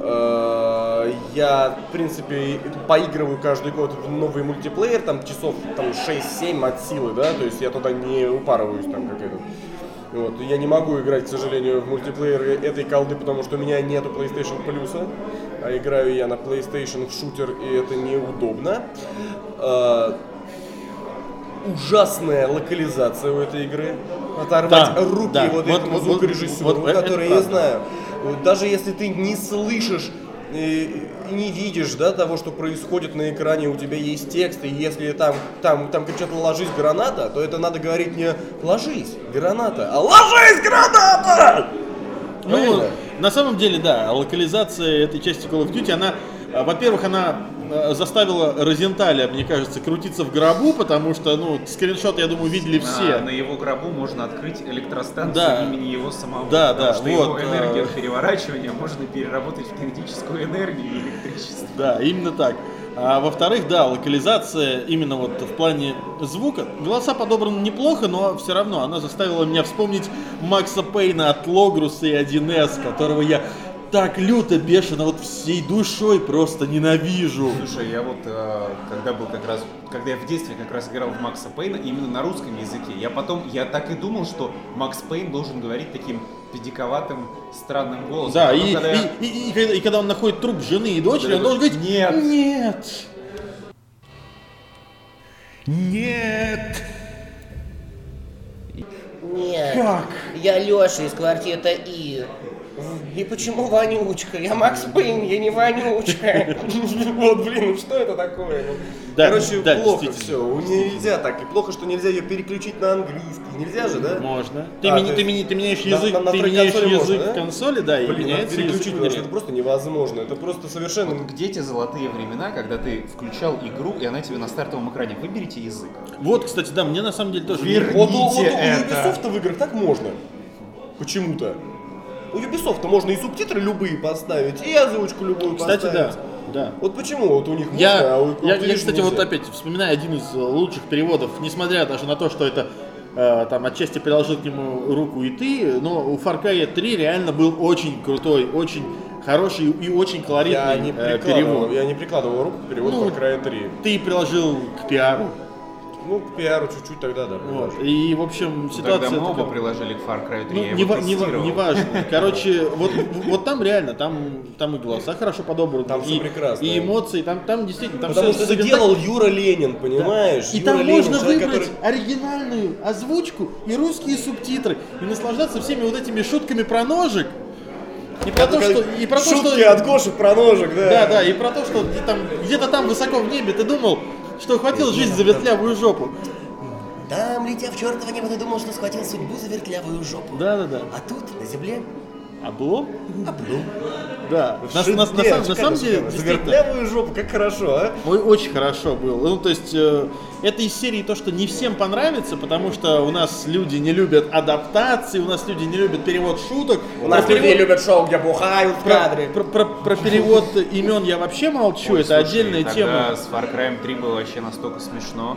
Э, Я, в принципе, поигрываю каждый год в новый мультиплеер, там часов там, 6-7 от силы, да, то есть я туда не упарываюсь, там, как этот. Вот, я не могу играть, к сожалению, в мультиплеер этой колды, потому что у меня нету PlayStation Plus, а играю я на PlayStation в шутер, и это неудобно. Э, ужасная локализация у этой игры. Оторвать Да, руки да. вот, Вот- вот- этому вот- звукорежиссеру, вот это который, я правда. знаю, вот даже если ты не слышишь э, и не видишь да, того, что происходит на экране, у тебя есть текст, и если там, там, там кричат «ложись, граната», то это надо говорить не «ложись, граната», а «ложись, граната!» Ну, Правильно? на самом деле, да, локализация этой части Call of Duty, она, э, во-первых, она э, заставила Розенталя, мне кажется, крутиться в гробу, потому что, ну, скриншот, я думаю, видели все. А, на его гробу можно открыть электростанцию Да. имени его самого. Да, потому да, что вот, его э, энергию от переворачивания можно переработать в кинетическую энергию и электричество. Да, именно так. А во-вторых, да, локализация именно вот в плане звука. Голоса подобраны неплохо, но все равно она заставила меня вспомнить Макса Пейна от Логруса и 1С, которого я так люто, бешено, вот всей душой просто ненавижу. Слушай, я вот э, когда был как раз, когда я в детстве как раз играл в Макса Пейна именно на русском языке, я потом, я так и думал, что Макс Пейн должен говорить таким педиковатым, странным голосом. Да, Потом, и, когда я- и- и- и когда, и когда он находит труп жены и дочери, Да, он должен говорить «Нет». «Нет». Нет! Нет. Я Леша из квартета И. И почему вонючка? Я Макс Пейн, я не вонючка. (laughs) Вот, блин, ну что это такое? Ну, Да, Короче, да, плохо все. действительно. У нее нельзя так. И плохо, что нельзя ее переключить на английский. Нельзя же, да? Можно. Ты, А, мени- то ты есть мени- ты меняешь на- язык, на- на ты второй меняешь консоли можно, язык да? консоли, да, и Блин, надо меняется переключить, язык. потому что это игры. просто невозможно. Это просто совершенно... Где те золотые времена, когда ты включал игру, и она тебе на стартовом экране? Выберите язык. Вот, кстати, да, мне на самом деле тоже... Вер- Вот, у- вот у Верните это. Ubisoft в играх так можно. Почему-то. У Ubisoft можно и субтитры любые поставить, и озвучку любую Кстати, поставить. да, да. Вот почему вот у них можно, Я, а я, у вот я, видишь, кстати, нельзя. вот опять вспоминаю один из э, лучших переводов, несмотря даже на то, что это э, там отчасти приложил к нему руку и ты, но у Far Cry 3 реально был очень крутой, очень хороший и очень колоритный я не э, прикладывал, перевод. я не прикладывал руку к переводу Ну, Far Cry 3. Ты приложил к пиару. Ну, к пиару чуть-чуть тогда, да. Вот. приложу. И, в общем, ситуация... Тогда мы оба такая. приложили к Far Cry 3, Ну, я не, его ва- не ва- тестировал. не (laughs) важно. Короче, вот, вот там реально, там, там и голоса хорошо подобраны. Там всё и, прекрасно. И эмоции, там, там действительно... Там Потому всё что это сыграно делал Юра Ленин, понимаешь? И Юра там Ленин, можно человек, выбрать который- оригинальную озвучку и русские субтитры и наслаждаться всеми вот этими шутками про ножик. И про то, что, и про то, Шутки что- от Гоши про ножик, да. да, да, и про то, что где там- где-то там высоко в небе ты думал, что хватило жизнь за вертлявую жопу. Там, летя в чертово небо, ты думал, что схватил судьбу за вертлявую жопу. Да, да, да. А тут, на земле, Облом? Да. На, на- на Нет, сам- на как самом это деле, сказать? действительно, Вертлявую жопу, как хорошо, а? Ой, Ну очень хорошо было. Ну, то есть, э, это из серии то, что не всем понравится, потому что у нас люди не любят адаптации, у нас люди не любят перевод шуток. у нас Про люди перевод- любят шоу, где бухают в Про, кадре. про- про- про перевод имен я вообще молчу, Ой, это слушай, отдельная тогда тема. с Far Cry 3 было вообще настолько смешно,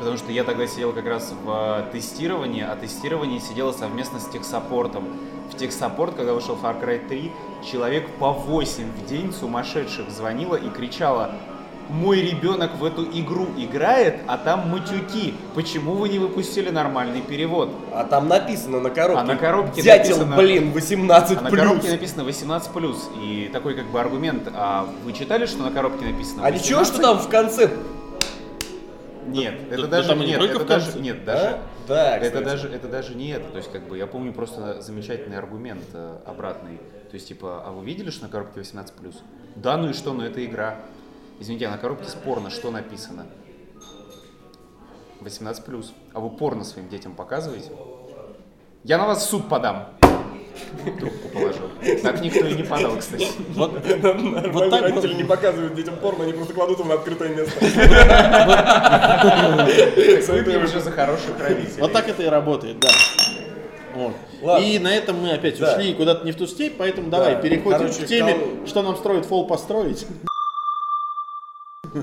потому что я тогда сидел как раз в э, тестировании, а тестирование сидело совместно с техсаппортом. В техсаппорт, когда вышел Far Cry 3, человек по 8 в день сумасшедших звонила и кричала мой ребенок в эту игру играет, а там матюки. Почему вы не выпустили нормальный перевод? А там написано на коробке. А на коробке Дятел, написано- блин, 18 А на коробке написано 18+, и такой как бы аргумент, а вы читали, что на коробке написано? А ничего, 18+? что там в конце? Нет, это да даже там не нет, только это в даже конце. нет, даже. А? Да, это кстати. даже это даже не это, то есть как бы я помню просто замечательный аргумент э, обратный, то есть типа, а вы видели, что на коробке 18 Да, ну и что, ну это игра. Извините, а на коробке спорно что написано? 18 А вы порно своим детям показываете? Я на вас в суд подам. Трубку положил. Так никто и не подал, кстати. Вот, Вот вот так вот. родители не показывают детям порно, они просто кладут его на открытое место. (laughs) Выпьем уже за хороших родителей. Вот так это и работает, да. Вот. Ладно. И на этом мы опять Да. ушли куда-то не в ту степь, поэтому давай Да. переходим Короче, к теме, кол- что нам строит фол построить.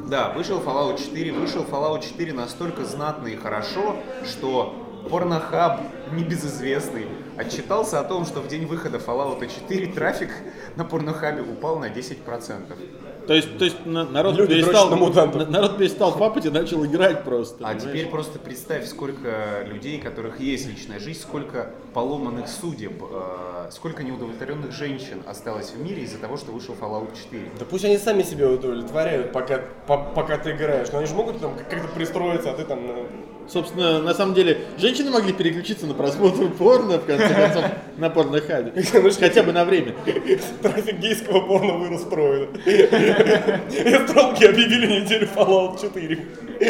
Да, вышел Fallout 4, вышел Fallout 4 настолько знатно и хорошо, что Порнохаб, небезызвестный, отчитался о том, что в день выхода Fallout 4 трафик на Порнохабе упал на 10%. (laughs) То есть, то есть на- народ, Люди перестал, дрочат на мутантов. на- народ перестал папать и начал играть просто. А понимаешь? теперь просто представь, сколько людей, у которых есть личная жизнь, сколько поломанных судеб, э, сколько неудовлетворенных женщин осталось в мире из-за того, что вышел Fallout 4. Да пусть они сами себя удовлетворяют, пока, по- пока ты играешь. Но они же могут там как-то пристроиться, а ты там... ну, Собственно, на самом деле, женщины могли переключиться на просмотр порно, в конце (laughs) концов, на порнохабе. Хотя бы на время. э, Трафик гейского порно вырос (laughs) втрое. Эстралки объявили неделю Fallout 4. (laughs)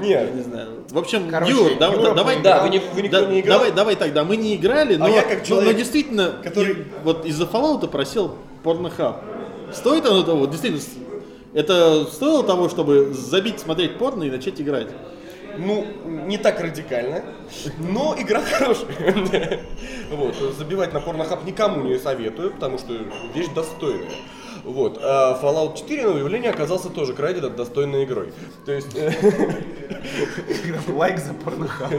Нет. Не знаю. В общем, Короче, Юр, да- Юра давай, поиграл. Да, вы не- вы никто да- не играл? Давай, давай тогда. Мы не играли, но, А я как но- человек, но действительно, который- и- вот из-за Fallout просел порнохаб. Стоит оно того? Действительно, с- Это стоило того, чтобы забить, смотреть порно и начать играть? Ну, не так радикально, но игра хорошая. (laughs) Вот, забивать на порнохаб никому не советую, потому что вещь достойная. Вот. А Fallout 4, на удивление, оказался тоже крайне достойной игрой. То есть, э, (laughs) Лайк за порнохаб.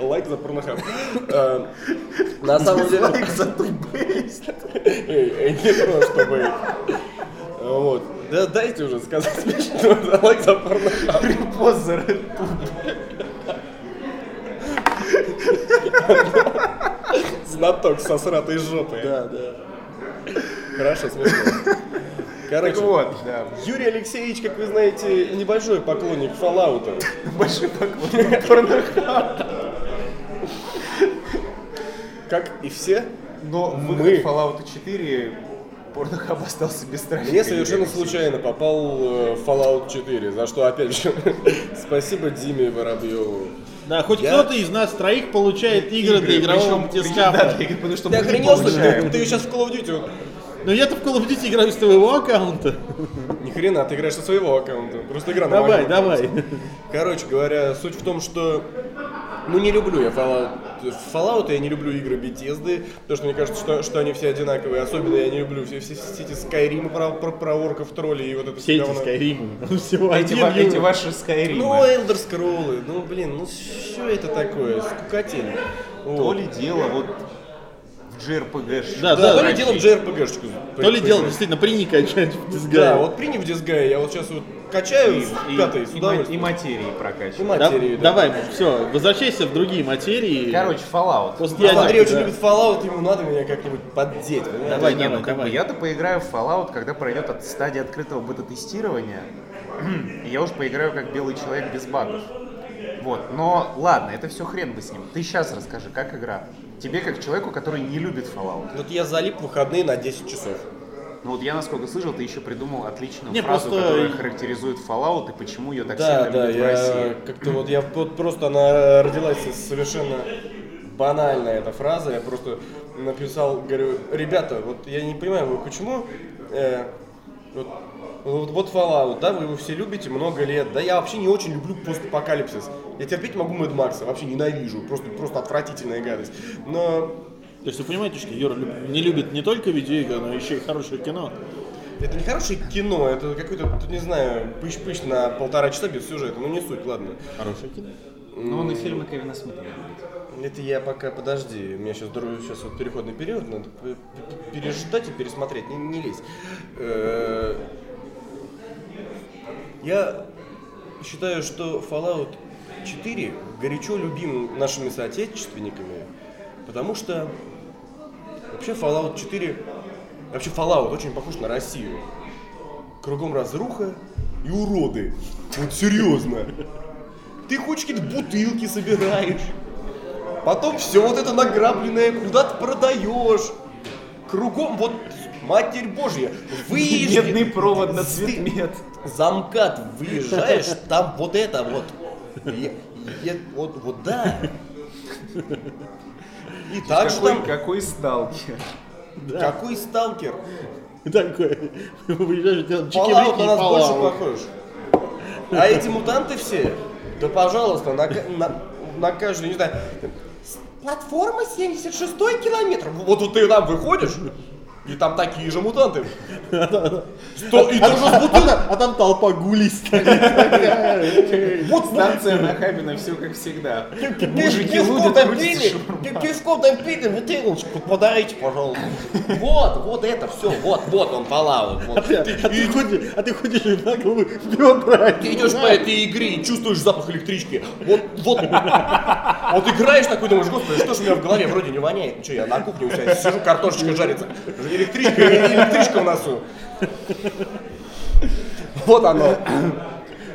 лайк за порнохаб. Э, На самом деле... Лайк за тубейс. Эй, эй, не просто бы. Вот. Да дайте уже сказать смешно. Лайк за порнохаб. Репост за Red Tube. Знаток со сратой жопой. Да, да. Хорошо, смешно. Так Короче, вот, да. Юрий Алексеевич, как вы знаете, небольшой поклонник Fallout. Большой поклон порнохаб. Как и все, Но Мы- выход Fallout 4 порнохаб остался без страницы. мне совершенно случайно попал э, Fallout 4, за что, опять же, (laughs) спасибо Диме Воробьеву. Да, хоть Я- кто-то из нас троих получает игры, для игрового Да, тискапа. для- потому что Ты мы не охренел, что ли? получаем. Ты сейчас в Call of Duty. вот. Но я-то в Call of Duty играю с твоего аккаунта. Ни хрена, ты играешь со своего аккаунта. Просто игра на Давай, моем. давай. Короче говоря, суть в том, что ну не люблю я Fallout. Fallout я не люблю игры Bethesda, потому что мне кажется, что, что они все одинаковые. Особенно я не люблю все, все, все эти Skyrim про, про, про орков, троллей и вот это Все эти говно. Skyrim. Всего Эти, один ва- эти Юра. ваши Skyrim. Ну, Elder Scrolls, ну блин, ну что это такое? Скукотень. Вот. То ли дело вот в JRPG. Да, Да, да. то ли дело в JRPG-шку. То ли дело действительно приник качать в дисгай. Да, вот приняв дизгай, я вот сейчас вот качаю с И- и- пятой, с и, ма- и удовольствием. материи прокачивать. Да- материю, да. Давай, все, возвращайся в другие материи. Короче, Fallout. Просто Я я- Андрей очень да. любит Fallout, ему надо меня как-нибудь поддеть. понимаешь? Давай, Не, ну давай, как бы давай. я-то поиграю в Fallout, когда пройдет от стадии открытого бета-тестирования. И (clears throat) я уж поиграю как белый человек без багов. Вот, но ладно, это все хрен бы с ним. Ты сейчас расскажи, как игра. Тебе как человеку, который не любит Fallout. Вот я залип в выходные на 10 часов. Ну вот я, насколько слышал, ты еще придумал отличную Не, фразу, просто- которая характеризует Fallout и почему ее так Да, сильно да, любят в я России. как-то вот я вот просто она родилась совершенно банально эта фраза. Я просто написал, говорю, ребята, вот я не понимаю, вы почему э, вот, вот, вот Fallout, да, вы его все любите много лет, да, я вообще не очень люблю постапокалипсис. Я терпеть могу Мэд Макса, вообще ненавижу, просто, просто отвратительная гадость. Но То есть вы понимаете, что Юра люб- не любит не только видеоигры, но еще и хорошее кино. Это не хорошее кино, это какой-то, тут, не знаю, пыщ-пыщ на полтора часа без сюжета, ну не суть, ладно. Хорошее кино. Ну, он и фильмы Кевина Смита не любит. Это я пока, подожди, у меня сейчас, сейчас вот переходный период, надо п- п- переждать и пересмотреть, не, не лезь. Э, Я считаю, что Fallout 4 горячо любим нашими соотечественниками, потому что вообще Fallout 4, вообще Fallout очень похож на Россию. Кругом разруха и уроды. Вот серьезно. Ты хочешь какие-то бутылки собираешь. Потом все вот это награбленное куда-то продаешь. Кругом вот, матерь божья, выезжай. Медный провод на Ты- цветмет. замкат выезжаешь, там вот это вот. Е- е- вот, вот да. И так А что Какой, там... какой сталкер. Какой сталкер? Такое. (laughs) Выезжаешь, делаешь Fallout чики-брики на и нас больше Fallout. похож. А эти мутанты все? Да пожалуйста, на, ка- на, на каждую, не знаю... там, с- Платформа 76 километр. Вот тут ты там выходишь, и там такие же мутанты. Что, и тоже с А бутылкой. там- а там толпа гулей стоит. Вот станция Нахабина, все как всегда. Мужики Пивко лудят, крутятся допили, шаурма. пивко допили, ну, бутылочку подарите, пожалуйста. Вот, вот это все, вот, вот он, Fallout. А вот. ты а ты ходишь, а ты ходишь и нагло бедра. Ты идешь по этой игре и чувствуешь запах электрички. Вот, вот. Вот играешь такой, думаешь, господи, что ж у меня в голове вроде не воняет. Ничего, я на кухне у себя сижу, картошечка жарится. Электричка, электричка в носу. Вот оно.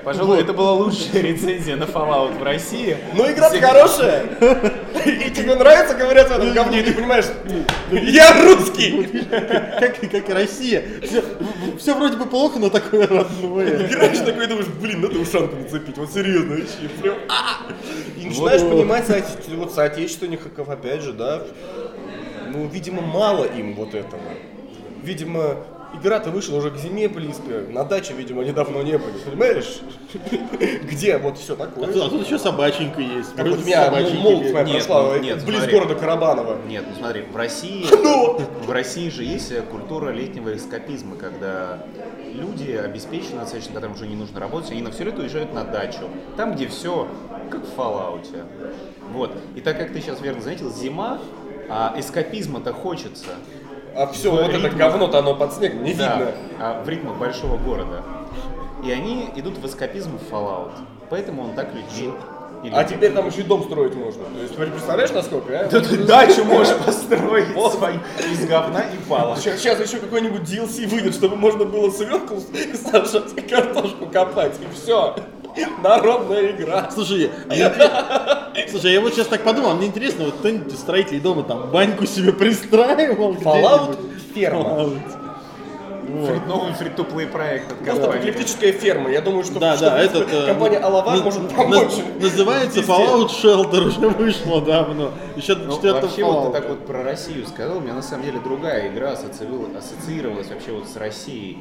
Пожалуй, это была лучшая рецензия на Fallout в России. Ну игра-то Всегда. хорошая. И тебе нравится говорят в этом говне, и ты понимаешь, я русский. Как, как и Россия. Все, все вроде бы плохо, но такое родное. Играешь такой и думаешь, блин, надо ушанку нацепить, вот серьезно, вообще, прям, а! И начинаешь Вот. понимать соотече- вот соотечественников, опять же, да, ну, видимо, мало им вот этого. Видимо, Игра-то вышла уже к зиме близко. На даче, видимо, недавно не были, понимаешь? (laughs) Где вот все А такое? тут, а тут еще собаченька есть. Как Просто вот ну, у меня собаченьки молодость бегают. моя Нет, ну, прошла э, нет, близ смотри. города Карабаново. Нет, ну смотри, (laughs) в России, Ну. в России же есть э, культура летнего эскапизма, когда люди обеспечены достаточно, которым уже не нужно работать, они на все лето уезжают на дачу, там, где все как в Фоллауте. Вот. И так как ты сейчас верно заметил, зима, а эскапизма-то хочется. А все, В вот это ритмах. говно-то оно под снег не Да, видно. а, в ритмах большого города. И они идут в эскапизм в Fallout. Поэтому он так людей. и А любит. теперь там еще и дом строить можно. То есть, представляешь, насколько, а? Да ты дачу можешь (laughs) построить свою из говна и палок. Сейчас еще какой-нибудь DLC выйдет, чтобы можно было свеклу (laughs) сажать и картошку копать, и все. Народная игра. Слушай, а я, (laughs) слушай, я вот сейчас так подумал, а мне интересно, вот кто-нибудь из строителей дома там баньку себе пристраивал? (laughs) Fallout где-нибудь? ферма. Fallout. Фри- Новый фри-то-плей проект от Просто компании. апокалиптическая ферма. Я думаю, что Да, что, да, в принципе, (laughs) этот... э, компания Алавар на- может на- помочь. Называется Везде. Fallout Shelter, уже вышло давно. Еще до Ну, четвертого вообще, вот ты Fallout. так вот про Россию сказал, у меня на самом деле другая игра ассоциировала- ассоциировалась вообще вот с Россией.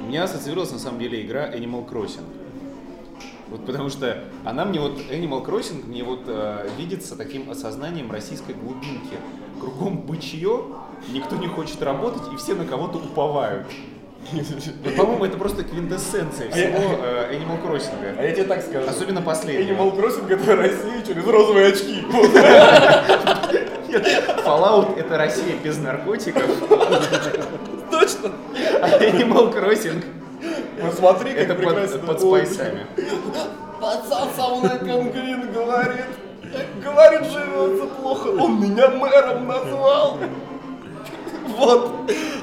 У меня ассоциировалась на самом деле игра Animal Crossing. Вот потому что она мне вот, Animal Crossing мне вот э, видится таким осознанием российской глубинки. Кругом бычье, никто не хочет работать и все на кого-то уповают. Вот, Ну, по-моему, это просто квинтэссенция всего э, Animal А Crossing. я тебе так скажу. Особенно последнего. Animal Crossing это Россия через розовые очки. (laughs) Вот. Fallout это Россия без наркотиков, Точно. а Animal Crossing Посмотри, как это прекрасно. под, под спайсами. Пацан со мной пингвин говорит. Говорит, живется плохо. Он меня мэром назвал. Вот.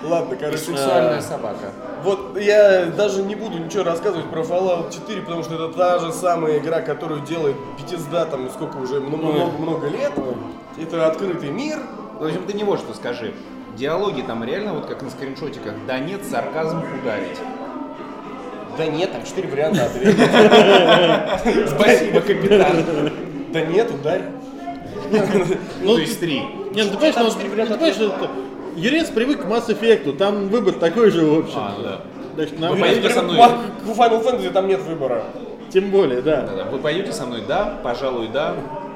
Ладно, короче. Сексуальная собака. Вот я даже не буду ничего рассказывать про Fallout 4, потому что это та же самая игра, которую делает Bethesda там сколько уже много-много лет. Это открытый мир. В общем, ты не вот что скажи. Диалоги там реально вот как на скриншотиках. Да нет, сарказм ударить. Да нет, там четыре варианта ответа. (laughs) (laughs) Спасибо, капитан. Да нет, ударь. Ну, то есть три. Не, ну ты понимаешь, ну, ты понимаешь, что это... Ерец привык к Mass Effect, там выбор такой же, в общем. А, да. Так что нам- Ну, Пойдёте со мной? Марк, у Final Fantasy там нет выбора. Тем более, да. Да-да. Вы пойдете со мной? Да, пожалуй, да.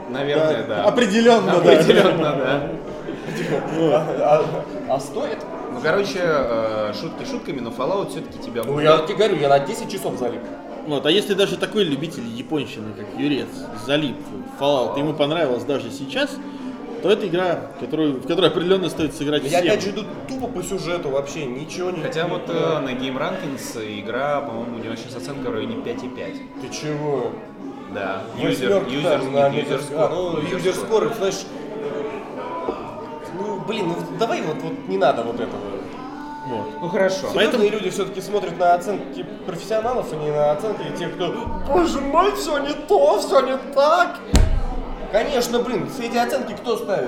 Наверное, да. Определенно, да. Определенно, да. А а стоит? Ну, короче, э, шутки шутками, но Fallout все-таки тебя... Ну я тебе говорю, я на 10 часов залип. Вот, а если даже такой любитель японщины, как Юрец, залип в Fallout, ему понравилось даже сейчас, то это игра, которую, в которой определенно стоит сыграть Я опять же всем. иду тупо по сюжету вообще, ничего не... Хотя вот э, на Game Rankings игра, по-моему, у него сейчас оценка в районе 5,5. Ты чего? Да. Юзер, Восьмерка юзер, там на нет, юзер метрос- А, ну, скор. юзер скор, знаешь... Ну, блин, ну давай вот, вот не надо вот этого. Вот. Ну хорошо. Поэтому- Поэтому люди все-таки смотрят на оценки профессионалов, а не на оценки тех, кто «Боже мой, все не то, все не так!» Конечно, блин, все эти оценки кто ставит?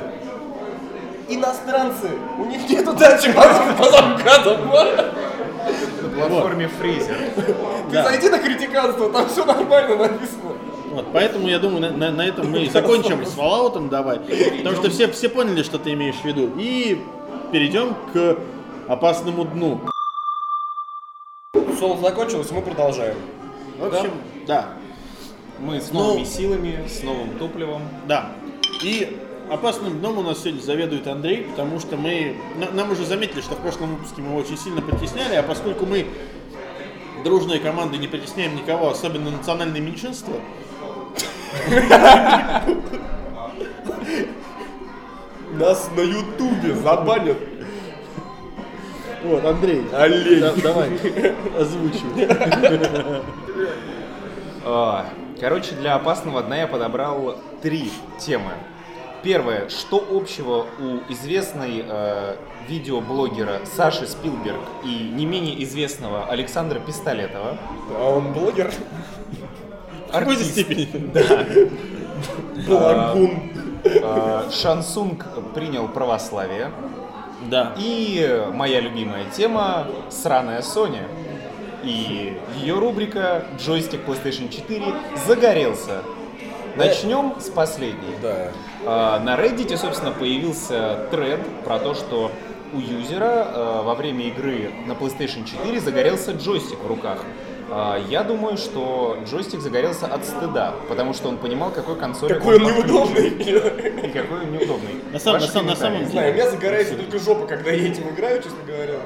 Иностранцы! У них нету дачи по, по замкатам. На платформе Фрейзер. Ты Да. зайди на критиканство, там все нормально написано. Вот, поэтому я думаю, на, на- на этом мы и закончим с Fallout, давай. Потому что все, все поняли, что ты имеешь в виду. И перейдем к опасному дну. Соло закончилось, мы продолжаем. В общем, да. Мы с Ну- новыми силами, с новым топливом. Да. И опасным дном у нас сегодня заведует Андрей, потому что мы... на- Нам уже заметили, что в прошлом выпуске мы его очень сильно притесняли, а поскольку мы дружной командой не притесняем никого, особенно национальные меньшинства, Нас на ютубе забанят. вот, Андрей, Олень. да- давай, озвучивай. А, Короче, для опасного дна я подобрал три темы. Первое, что общего у известной э, видеоблогера Саши Спилберг и не менее известного Александра Пистолетова? А он блогер? В какой-то степени. А, Благун. Э, Шансунг принял православие. Да. И моя любимая тема – сраная Sony. И ее рубрика «Джойстик PlayStation 4 загорелся». Начнем с последней. Э, Да. А, На Reddit, собственно, появился тренд про то, что у юзера э, во время игры на PlayStation 4 загорелся джойстик в руках. Э, я думаю, что джойстик загорелся от стыда, потому что он понимал, какой консоль... Какой он неудобный. И какой он неудобный. На самом- Ваши на самом- на самом комментарии. Не знаю, у меня загорается только жопа, когда я этим играю, честно говоря.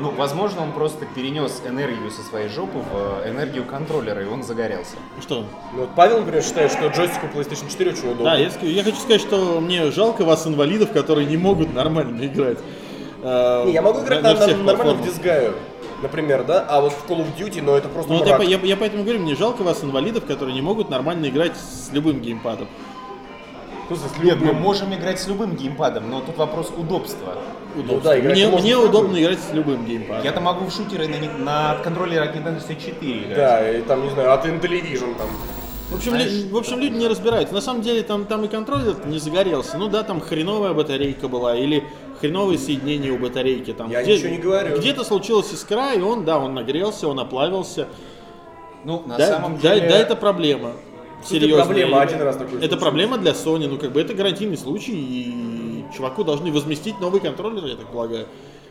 Ну, возможно, он просто перенес энергию со своей жопы в э, энергию контроллера, и он загорелся. Что? Ну, вот Павел, например, считает, что джойстик у PlayStation 4 очень удобный. Да, я, ск- я хочу сказать, что мне жалко вас, инвалидов, которые не могут нормально играть. Э, Не, я могу играть на- на, на на- всех нормально в платформах. Disgaea, например, да? А вот в Call of Duty, но это просто Ну вот я, мрак. по- я- я поэтому говорю, мне жалко вас, инвалидов, которые не могут нормально играть с любым геймпадом. Ну, в смысле, Нет, мы любым. можем играть с любым геймпадом, но тут вопрос удобства. Удобство. Ну да, играть мне можно мне с любым. удобно играть с любым геймпадом. Я-то могу в шутеры на, не- на контроллере от Nintendo 64 играть. Да, и там, не знаю, от Intellivision там. В общем, лю- в общем, люди не разбираются. На самом деле там, там и контроллер не загорелся. Ну да, там хреновая батарейка была или хреновое соединение у батарейки. Там, Я ничего не говорю. Где-то случилась искра, и он, да, он нагрелся, он оплавился. Ну, на да, самом да- деле... да, это проблема. Серьезная. проблема, И- один раз такой Это случился. проблема для Sony, ну как бы это гарантийный случай, и чуваку должны возместить новый контроллер, я так полагаю.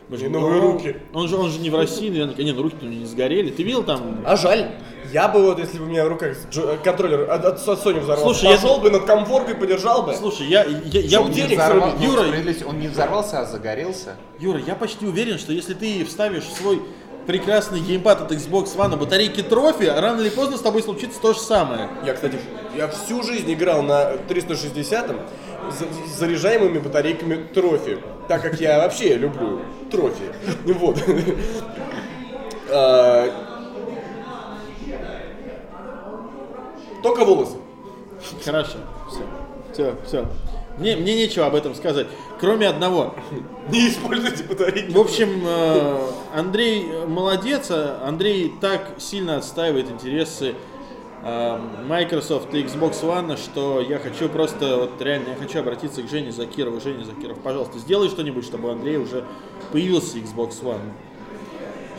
Мы же- И новые он- руки. Он же, он же не в России, наверное, не, ну руки-то у него не сгорели. Ты видел там? А жаль. Я бы вот, если бы у меня в руках джо- э, контроллер от, от Sony взорвался, Слушай, я- пошел бы над комфоркой, подержал бы. Слушай, я, я, я Он не уверен- взорвал- ну, Юра, справедливости, он не взорвался, а загорелся. Юра, я почти уверен, что если ты вставишь в свой прекрасный геймпад от Xbox One на батарейке трофи, рано или поздно с тобой случится то же самое. Я, кстати, я всю жизнь играл на 360-м с с заряжаемыми батарейками трофи, так как я вообще люблю трофи. Ну Вот. (laughs) А, Только волосы. Хорошо. Все. Все, все. Мне, мне нечего об этом сказать, кроме одного. Не используйте батарейки. В общем, э, Андрей молодец, а Андрей так сильно отстаивает интересы э, Microsoft и Xbox One, что я хочу просто, вот реально, я хочу обратиться к Жене Закирову. Женя Закиров, пожалуйста, сделай что-нибудь, чтобы у Андрея уже появился Xbox One.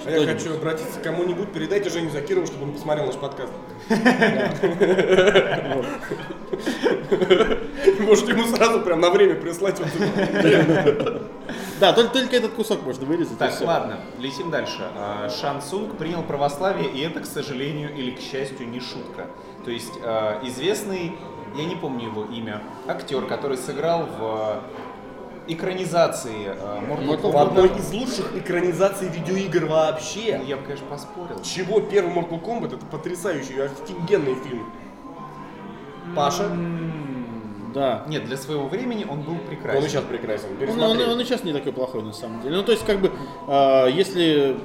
А Я хочу обратиться к кому-нибудь, передайте Жене Закирову, чтобы он посмотрел наш подкаст. Может, ему сразу прям на время прислать вот эту- Да, только, только этот кусок можно вырезать. и Так, всё. ладно, летим дальше. А, Шан Сунг принял православие, и это, к сожалению или к счастью, не шутка. То есть а, известный, я не помню его имя, актер, который сыграл в а, экранизации а, Mortal в одной Kombat. из лучших экранизаций видеоигр вообще. Я бы, конечно, поспорил. Чего первый Mortal Kombat? Это потрясающий, офигенный фильм. Паша, он Да. Нет, для своего времени он был прекрасен. и сейчас прекрасен. Он, он- Пересмотри. он и сейчас не такой плохой, на самом деле. Ну, то есть, как бы, э, если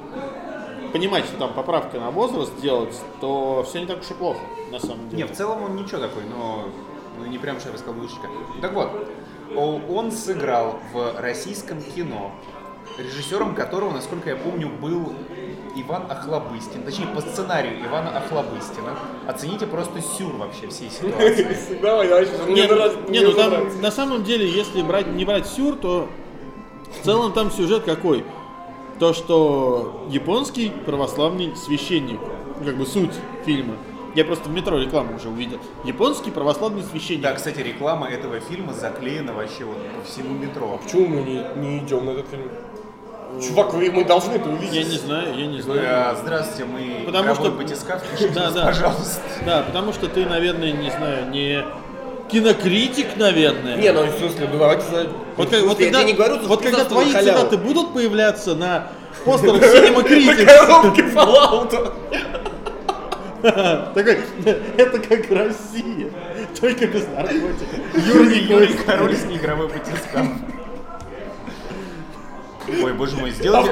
понимать, что там поправка на возраст делать, то все не так уж и плохо, на самом деле. Не, в целом он ничего такой, но ну, не прям шеф из каблучника. Так вот, о- он сыграл в российском кино, режиссером которого, насколько я помню, был Иван Охлобыстин, точнее, по сценарию Ивана Охлобыстина. Оцените просто сюр вообще (laughs) (laughs) всей ситуации. Давай, давай, сейчас. ну, Не, мне ну, нравится, не, мне ну нравится. там на самом деле, если брать, не брать сюр, то в целом там сюжет какой? То, что японский православный священник, ну, как бы суть фильма. Я просто в метро рекламу уже увидел. Японский православный священник. Да, кстати, реклама этого фильма заклеена вообще вот по всему А метро. Почему мы не, не идем на этот фильм? Чувак, вы- мы должны это увидеть. Я не знаю, я не знаю. Э, Здравствуйте, мы Потому что- Гробой Батискаф, пишите (laughs) Да, нас, да. пожалуйста. Да, потому что ты, наверное, не знаю, не кинокритик, наверное. Не, ну в смысле, ну, давайте за... вот, как- вот Я когда, тебе не говорю, за- вот за когда что твои на халяву. цитаты будут появляться (laughs) на постерах Cinema Critics? На коробке Fallout. (laughs) Такой, это как Россия, только без наркотиков. Юрий Юрий Николаевич. Король с неигровой батискаф. Ой, боже мой, А сделайте...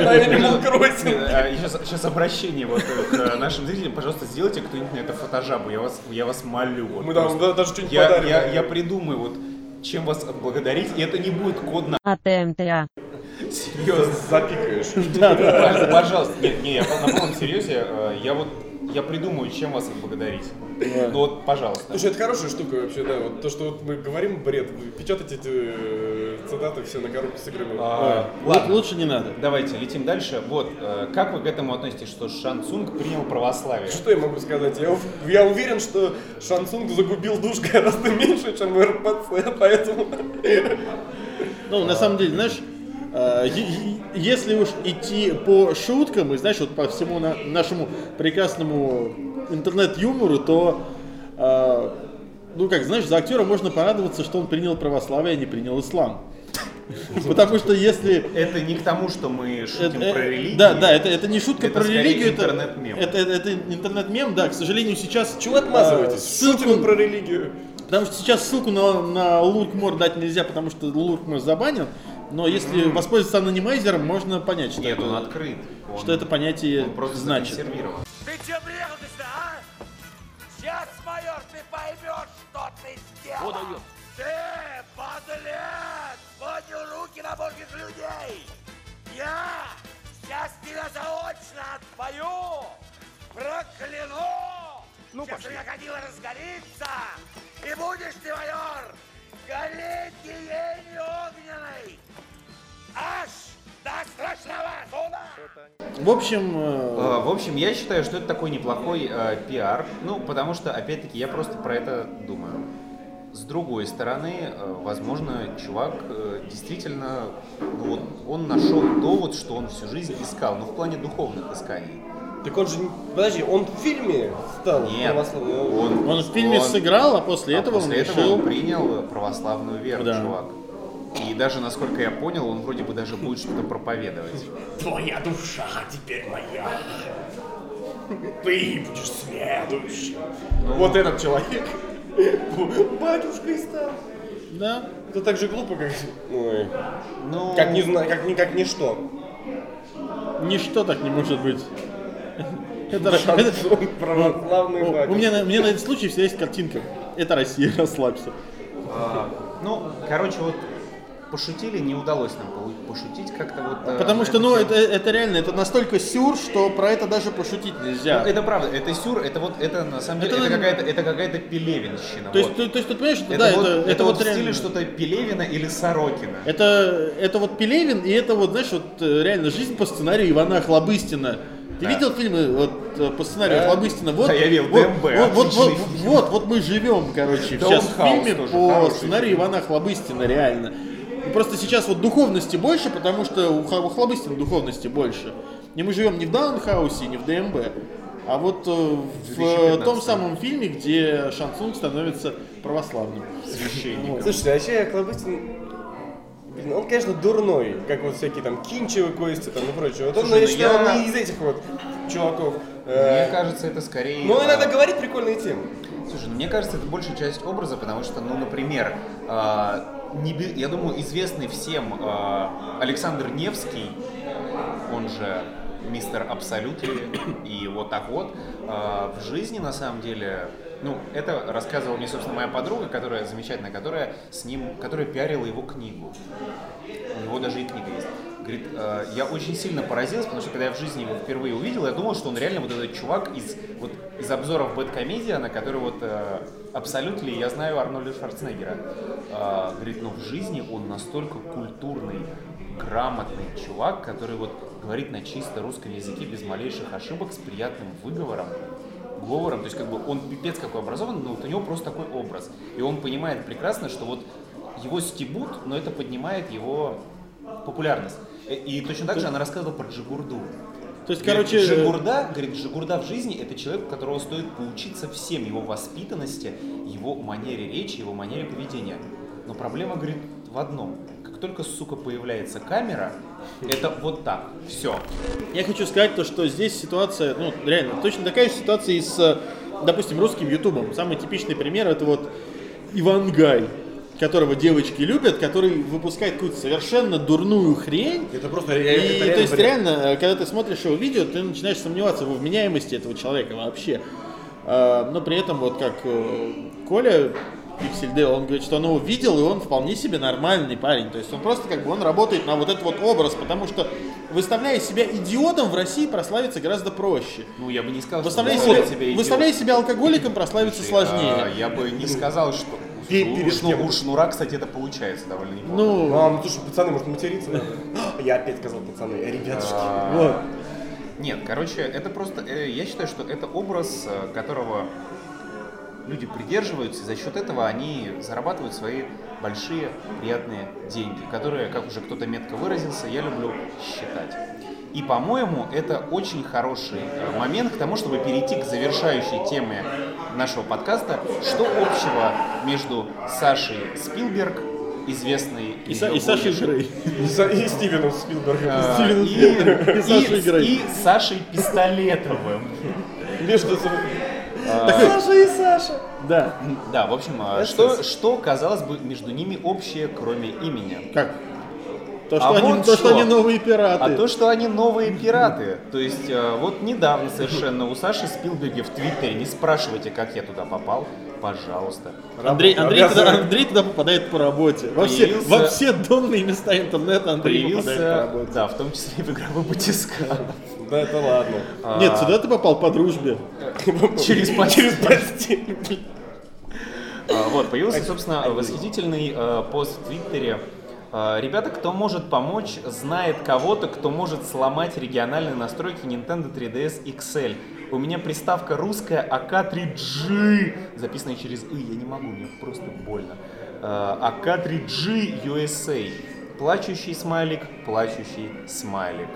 (laughs) на Animal Crossing. Сейчас обращение вот э, к нашим зрителям, пожалуйста, сделайте кто-нибудь на это фотожабу, я вас, я вас молю. вот Мы там просто. да- даже что-нибудь я, подарим. я, я придумаю вот чем вас отблагодарить, и это не будет кодно, АТМТА. серьезно. Запикаешь. Пож- Пожалуйста, нет, не, я на полном серьезе, э, я вот, я придумаю, чем вас отблагодарить. Ну вот, пожалуйста. Слушай, это хорошая штука вообще, да. Вот то, что вот мы говорим бред, вы печатаете эти э, цитаты все на коробке с играми. А, Ладно, лучше не надо. Давайте, летим дальше. Вот, э, как вы к этому относитесь, что Шан Цунг принял православие? Что я могу сказать? Я, ув- я уверен, что (laughs) Шансунг загубил душ гораздо меньше, чем РПЦ, поэтому... Ну, на самом деле, знаешь, э, е- е- если уж идти по шуткам и, знаешь, вот по всему на- нашему прекрасному интернет-юмору, то, э, ну, как, знаешь, за актера можно порадоваться, что он принял православие, а не принял ислам. Потому что если Это не к тому, что мы шутим Э, про э, религию. Да, да, это, это не шутка Это про скорее религию, интернет-мем. Это, это, это интернет-мем, да, к сожалению, сейчас... Чего отмазываетесь? а, Шутим мы ссылку, про религию. Потому что сейчас ссылку на, на Луркмор дать нельзя, потому что Луркмор забанен, но если воспользоваться анонимайзером, можно понять, что, Нет, это, он открыт. Он- что это понятие он просто значит. законсервирован. Ты че приехал-то, а? Сейчас, майор, ты поймешь, что ты сделал. Ты, подлец, поднял руки на божьих людей. Я сейчас тебя заочно отпою, прокляну. Ну, Чем ты находила разгорится, и будешь ты, майор, гореть гиене огненной. Аж до страшного суда! В общем, э, Э, В общем, я считаю, что это такой неплохой э, пиар. Ну, потому что, опять-таки, я просто про это думаю. С другой стороны, э, возможно, чувак э, действительно, ну, вот, он нашел то, вот, что он всю жизнь искал, но в плане духовных исканий. Так он же, не- подожди, он в фильме стал Нет, православным. он в фильме сыграл, а после а этого после он этого решил... он принял православную веру, Да. чувак. И даже, насколько я понял, он вроде бы даже будет что-то проповедовать. Твоя душа теперь моя. Ты будешь следующим. Вот этот человек. (laughs) Батюшкой стал. Да. Это так же глупо, как... Ой. Ну, Как не знаю, как, ни- как ничто. Ничто так не может быть. (laughs) Это, (laughs) это- Он православный О, батюшка. у, меня, на- у меня на этот случай всегда есть картинка. Это Россия, (laughs) расслабься. а, ну, короче, вот пошутили, не удалось нам полу- пошутить как-то вот. э, Потому на что, эту ну, тему. это, это реально, это настолько сюр, что про это даже пошутить нельзя. Ну, Это правда, это сюр, это вот, это на самом деле, Это это, на- какая-то, это какая-то пелевинщина. то, есть, вот. ты- то есть, ты понимаешь, что это, да, вот, это, это вот в реально- стиле что-то Пелевина или Сорокина. Это, это вот Пелевин, и это вот, знаешь, вот э, реально жизнь по сценарию Ивана Охлобыстина. Ты Да. видел фильмы вот, э, по сценарию Да. Охлобыстина? Вот, Да, я видел, вот, ДМБ, вот, вот, вот, отличный фильм. вот, вот мы живем, короче, сейчас в Таунхаус фильме тоже, по хороший сценарию фильм. Ивана Охлобыстина, реально. И просто сейчас вот духовности больше, потому что у Ха- у Охлобыстина духовности больше. И мы живем не в Даунхаусе, не в ДМБ, а вот э, в э, 2015. том самом фильме, где Шансунг становится православным. Священник. Слушайте, а вообще Охлобыстин... Блин, он, конечно, дурной, как вот всякие там Кинчевы, Кости там и прочее. Вот он, Слушай, я ну считаю, я- он не из этих вот чуваков. Мне Э, кажется, это скорее... Ну, Но он а, иногда говорит прикольные темы. Слушай, ну, мне кажется, это большая часть образа, потому что, ну, например, а, не бе- я думаю, известный всем а, Александр Невский, он же мистер Абсолют или- и вот так вот, а, в жизни, на самом деле, ну, это рассказывала мне, собственно, моя подруга, которая замечательная, которая с ним, которая пиарила его книгу. У него даже и книга есть. Говорит, «Э, я очень сильно поразился, потому что когда я в жизни его впервые увидел, я думал, что он реально вот этот чувак из, вот, из обзоров Бэткомедиана, который вот э, абсолютно ли я знаю Арнольда Шварценеггера. Э, говорит, но в жизни он настолько культурный, грамотный чувак, который вот говорит на чисто русском языке без малейших ошибок, с приятным выговором говором, то есть как бы он пипец какой образованный, но вот у него просто такой образ. И он понимает прекрасно, что вот его стебут, но это поднимает его популярность. Э, И точно так же она рассказывала про Джигурду. То есть, Говорит, короче, э, Джигурда, говорит, Джигурда в жизни это человек, у которого стоит поучиться всем, его воспитанности, его манере речи, его манере поведения. Но проблема, говорит, в одном. Как только, сука, появляется камера, это вот так, все. Я хочу сказать то, что здесь ситуация, ну, реально, точно такая же ситуация и с, э, допустим, русским ютубом. Самый типичный пример это вот Ивангай, которого девочки любят, который выпускает какую-то совершенно дурную хрень. Это просто И, то есть, реально, э, когда ты смотришь его видео, ты начинаешь сомневаться во вменяемости этого человека вообще. Э, Но при этом, вот как э, Коля Пиксельде, он говорит, что он его видел, и он вполне себе нормальный парень. То есть он просто как бы он работает на вот этот вот образ, потому что выставляя себя идиотом в России прославиться гораздо проще. Ну, я бы не сказал, Выставляя что себя, вот тебе идиот. выставляя себя алкоголиком прославиться Слушай, сложнее. а, Я бы не сказал, что у- Пе- у, перед шну- кем? у шнура, кстати, это получается довольно неплохо. Ну, А, ну слушай, пацаны, может материться надо? (gasps) Я опять сказал, пацаны, ребятушки. вот. (laughs) Нет, короче, это просто, э, я считаю, что это образ, э, которого люди придерживаются, и за счет этого они зарабатывают свои большие приятные деньги, которые, как уже кто-то метко выразился, я люблю считать. И, по-моему, это очень хороший э, момент к тому, чтобы перейти к завершающей теме нашего подкаста. Что общего между Сашей Спилберг, известной И, Са- и Сашей Грей. И, Са- и Стивеном Спилбергом. Э, и, И Сашей и- Грей. и Сашей Пистолетовым. Между собой. Да. Да, в общем, а, что, что, казалось бы, между ними общее, кроме имени? Как? То, что, А они, вот то, что что. они новые пираты. А то, что они новые пираты. То есть, э, вот недавно совершенно у Саши Спилберги в Твиттере, не спрашивайте, как я туда попал, пожалуйста. Андрей, Андрей, Обязан- туда, Андрей туда попадает по работе. Во все, Появился- во все донные места интернета Андрей попадает по Появился, работе. да, в том числе и в игровой батискаф. Да это ладно. а, Нет, сюда ты попал по дружбе. (laughs) Через Через постель. постель. А, Вот, появился, собственно, восхитительный э, пост в Твиттере. Э, Ребята, кто может помочь, знает кого-то, кто может сломать региональные настройки Nintendo 3DS XL. У меня приставка русская А АК3G, записанная через «и», я не могу, мне просто больно. Э, АК3G USA. Плачущий смайлик, плачущий смайлик.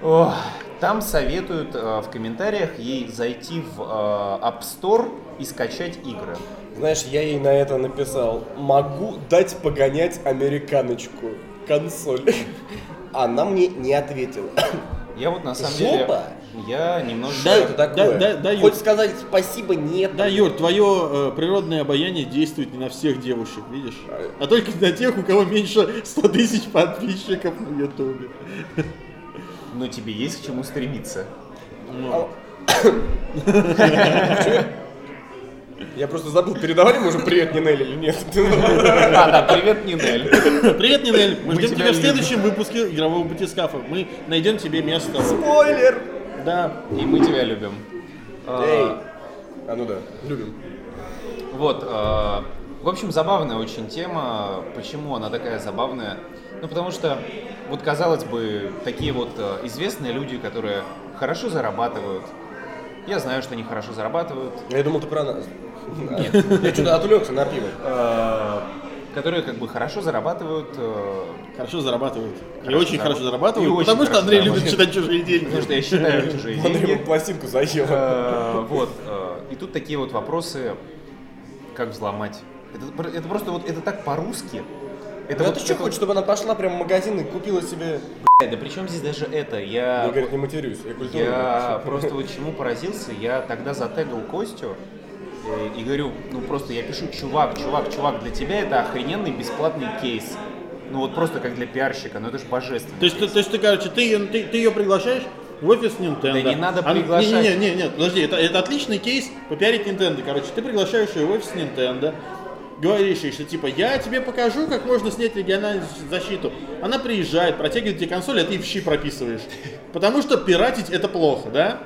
Ох, там советуют э, в комментариях ей зайти в э, App Store и скачать игры. Знаешь, я ей на это написал. Могу дать погонять американочку. Консоль. Она мне не ответила. Я вот на самом Жопа? деле я немножко. Да, это такое. да- да, Юр. Хоть сказать спасибо, нет. Да, Юр, твое э, природное обаяние действует не на всех девушек, видишь? А только на тех, у кого меньше 100 тысяч подписчиков на Ютубе. Но тебе есть к чему стремиться. Я просто забыл, передавали мы уже привет Нинель или нет? А, да, привет, Нинель. Привет, Нинель! Мы, Мы ждем тебя тебя в любим. следующем выпуске игрового батискафа. Мы найдем тебе место. (laughs) Спойлер! Да. И мы тебя любим. А, Эй! А ну да, любим. Вот, а, в общем, забавная очень тема. Почему она такая забавная? Ну, потому что, вот, казалось бы, такие вот а, известные люди, которые хорошо зарабатывают. Я знаю, что они хорошо зарабатывают. Я думал, ты про нас. Я что-то отвлекся на пиво. э, которые как бы хорошо зарабатывают, э, Хорошо зарабатывают. И Хорошо очень хорошо зарабатывают, зарабатывают. И очень потому что хорошо Андрей любит зарабатывают. читать чужие деньги. потому что я считаю чужие Андрей деньги. ему пластинку заел. Э, Вот. э, И тут такие вот вопросы, как взломать. Это, пр- это просто вот, это так по-русски. Это Да вот Ну, ты что это хочешь, чтобы она пошла прямо в магазин и купила себе... вот- Да причем здесь даже это? Я, Я, говорит, не матерюсь, я я культурный. просто вот чему поразился. Я тогда затегал Костю э, и говорю, ну просто я пишу, чувак, чувак, чувак, для тебя это охрененный бесплатный кейс. Ну вот просто как для пиарщика, ну это же божественно. То есть, ты- то есть ты, короче, ты, её- ты, ты ее приглашаешь в офис Nintendo. Да не надо А, приглашать. Не, не, не, не, подожди, это, это отличный кейс попиарить Nintendo. Короче, ты приглашаешь ее в офис Nintendo, говоришь ей, что типа, я тебе покажу, как можно снять региональную защ- защиту. Она приезжает, протягивает тебе консоль, а ты ей в щи прописываешь. Потому что пиратить это плохо, да?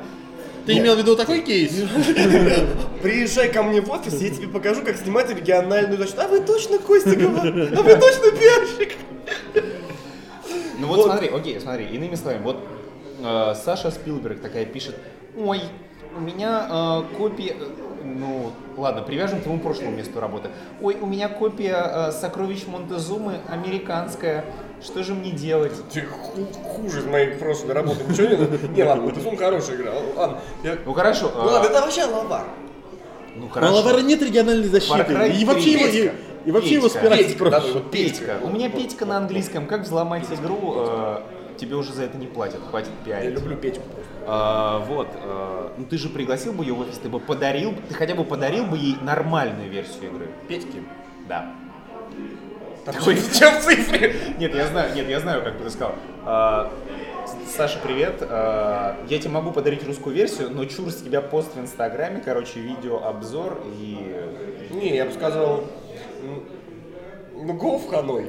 Ты имел в виду такой кейс? Ну, (laughs) Приезжай ко мне в офис, я тебе покажу, как снимать региональную дочь. А вы точно Костя говорит? А вы точно пиарщик? Ну вот, смотри, окей, смотри, иными словами, вот э, Саша Спилберг такая пишет, ой, у меня э, копия, э, ну ладно, привяжем к твоему прошлому месту работы. Ой, у меня копия э, «Сокровищ Монтезумы» американская, что же мне делать? Ты ху- хуже из моей прошлой работы. Ничего не надо? Не, ладно, ты сум хорошая игра. Ладно, я... Ну хорошо, э, Ну ладно, это вообще лоба. ну Маловара хорошо. нет региональной защиты. Far Cry И вообще его, и, Петька. и вообще его Петька. спирать Петька, да, проще. вот Петька, у меня Петька на английском, как взломать игру, э, тебе уже за это не платят, хватит Я пиарить. люблю Петьку. А, вот, а, ну ты же пригласил бы ее в офис, ты бы подарил, ты хотя бы подарил бы ей нормальную версию игры. Петьки? Да. (laughs) Такой Чем цифры? Нет, я знаю, нет, я знаю, как бы ты сказал. А, С- Саша, привет. А, я тебе могу подарить русскую версию, но чур с тебя пост в Инстаграме, короче, видеообзор и... Не, я бы сказал... м, Ну, гов ханой.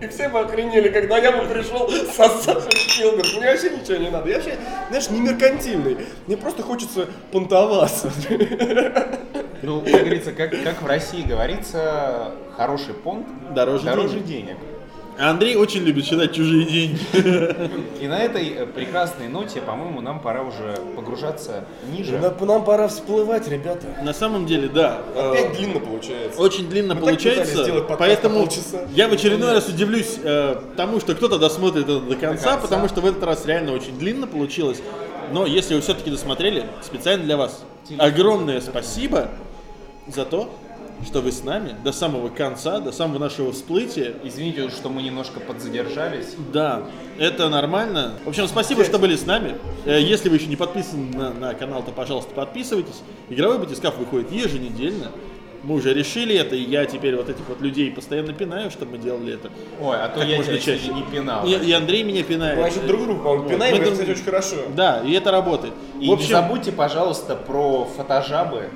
И все бы охренели, когда я бы пришел со Сашей Спилберг. Мне вообще ничего не надо. Я вообще, знаешь, не меркантильный. Мне просто хочется понтоваться. Ну, как говорится, как, как в России говорится, хороший понт Дороже дороже денег. А Андрей очень любит считать чужие деньги. И на этой э, прекрасной ноте, по-моему, нам пора уже погружаться ниже. На- Нам пора всплывать, ребята. На самом деле, да. э, Опять длинно получается. Очень длинно Мы так пытались получается, сделать подкаст на поэтому полчаса. я в очередной раз удивлюсь э, тому, что кто-то досмотрит это до конца, потому что в этот раз реально очень длинно получилось. Но если вы все-таки досмотрели, специально для вас огромное спасибо за то, что вы с нами до самого конца, до самого нашего всплытия. Извините, что мы немножко подзадержались. Да, это нормально. В общем, спасибо, что были с нами. Э, Если вы еще не подписаны на, на канал, то, пожалуйста, подписывайтесь. Игровой батискаф выходит еженедельно. Мы уже решили это, и я теперь вот этих вот людей постоянно пинаю, чтобы мы делали это. Ой, а то Как я можно тебя чаще. чаще. не пинал. И, и Андрей меня пинает. Значит, Ну, а друг друга, по-моему, пинаем, Мы это, друг- кстати, очень хорошо. Да, и это работает. И в общем, не забудьте, пожалуйста, про фотожабы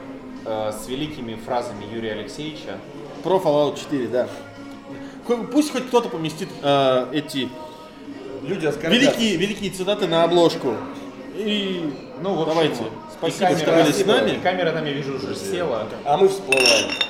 э, с великими фразами Юрия Алексеевича. про Fallout 4, да. Хо- Пусть хоть кто-то поместит э, эти Люди оскорбятся. великие, великие цитаты на обложку. И Ну, в общем, давайте. и Спасибо, что камера- были с нами. И камера там, я вижу, уже села. А мы всплываем.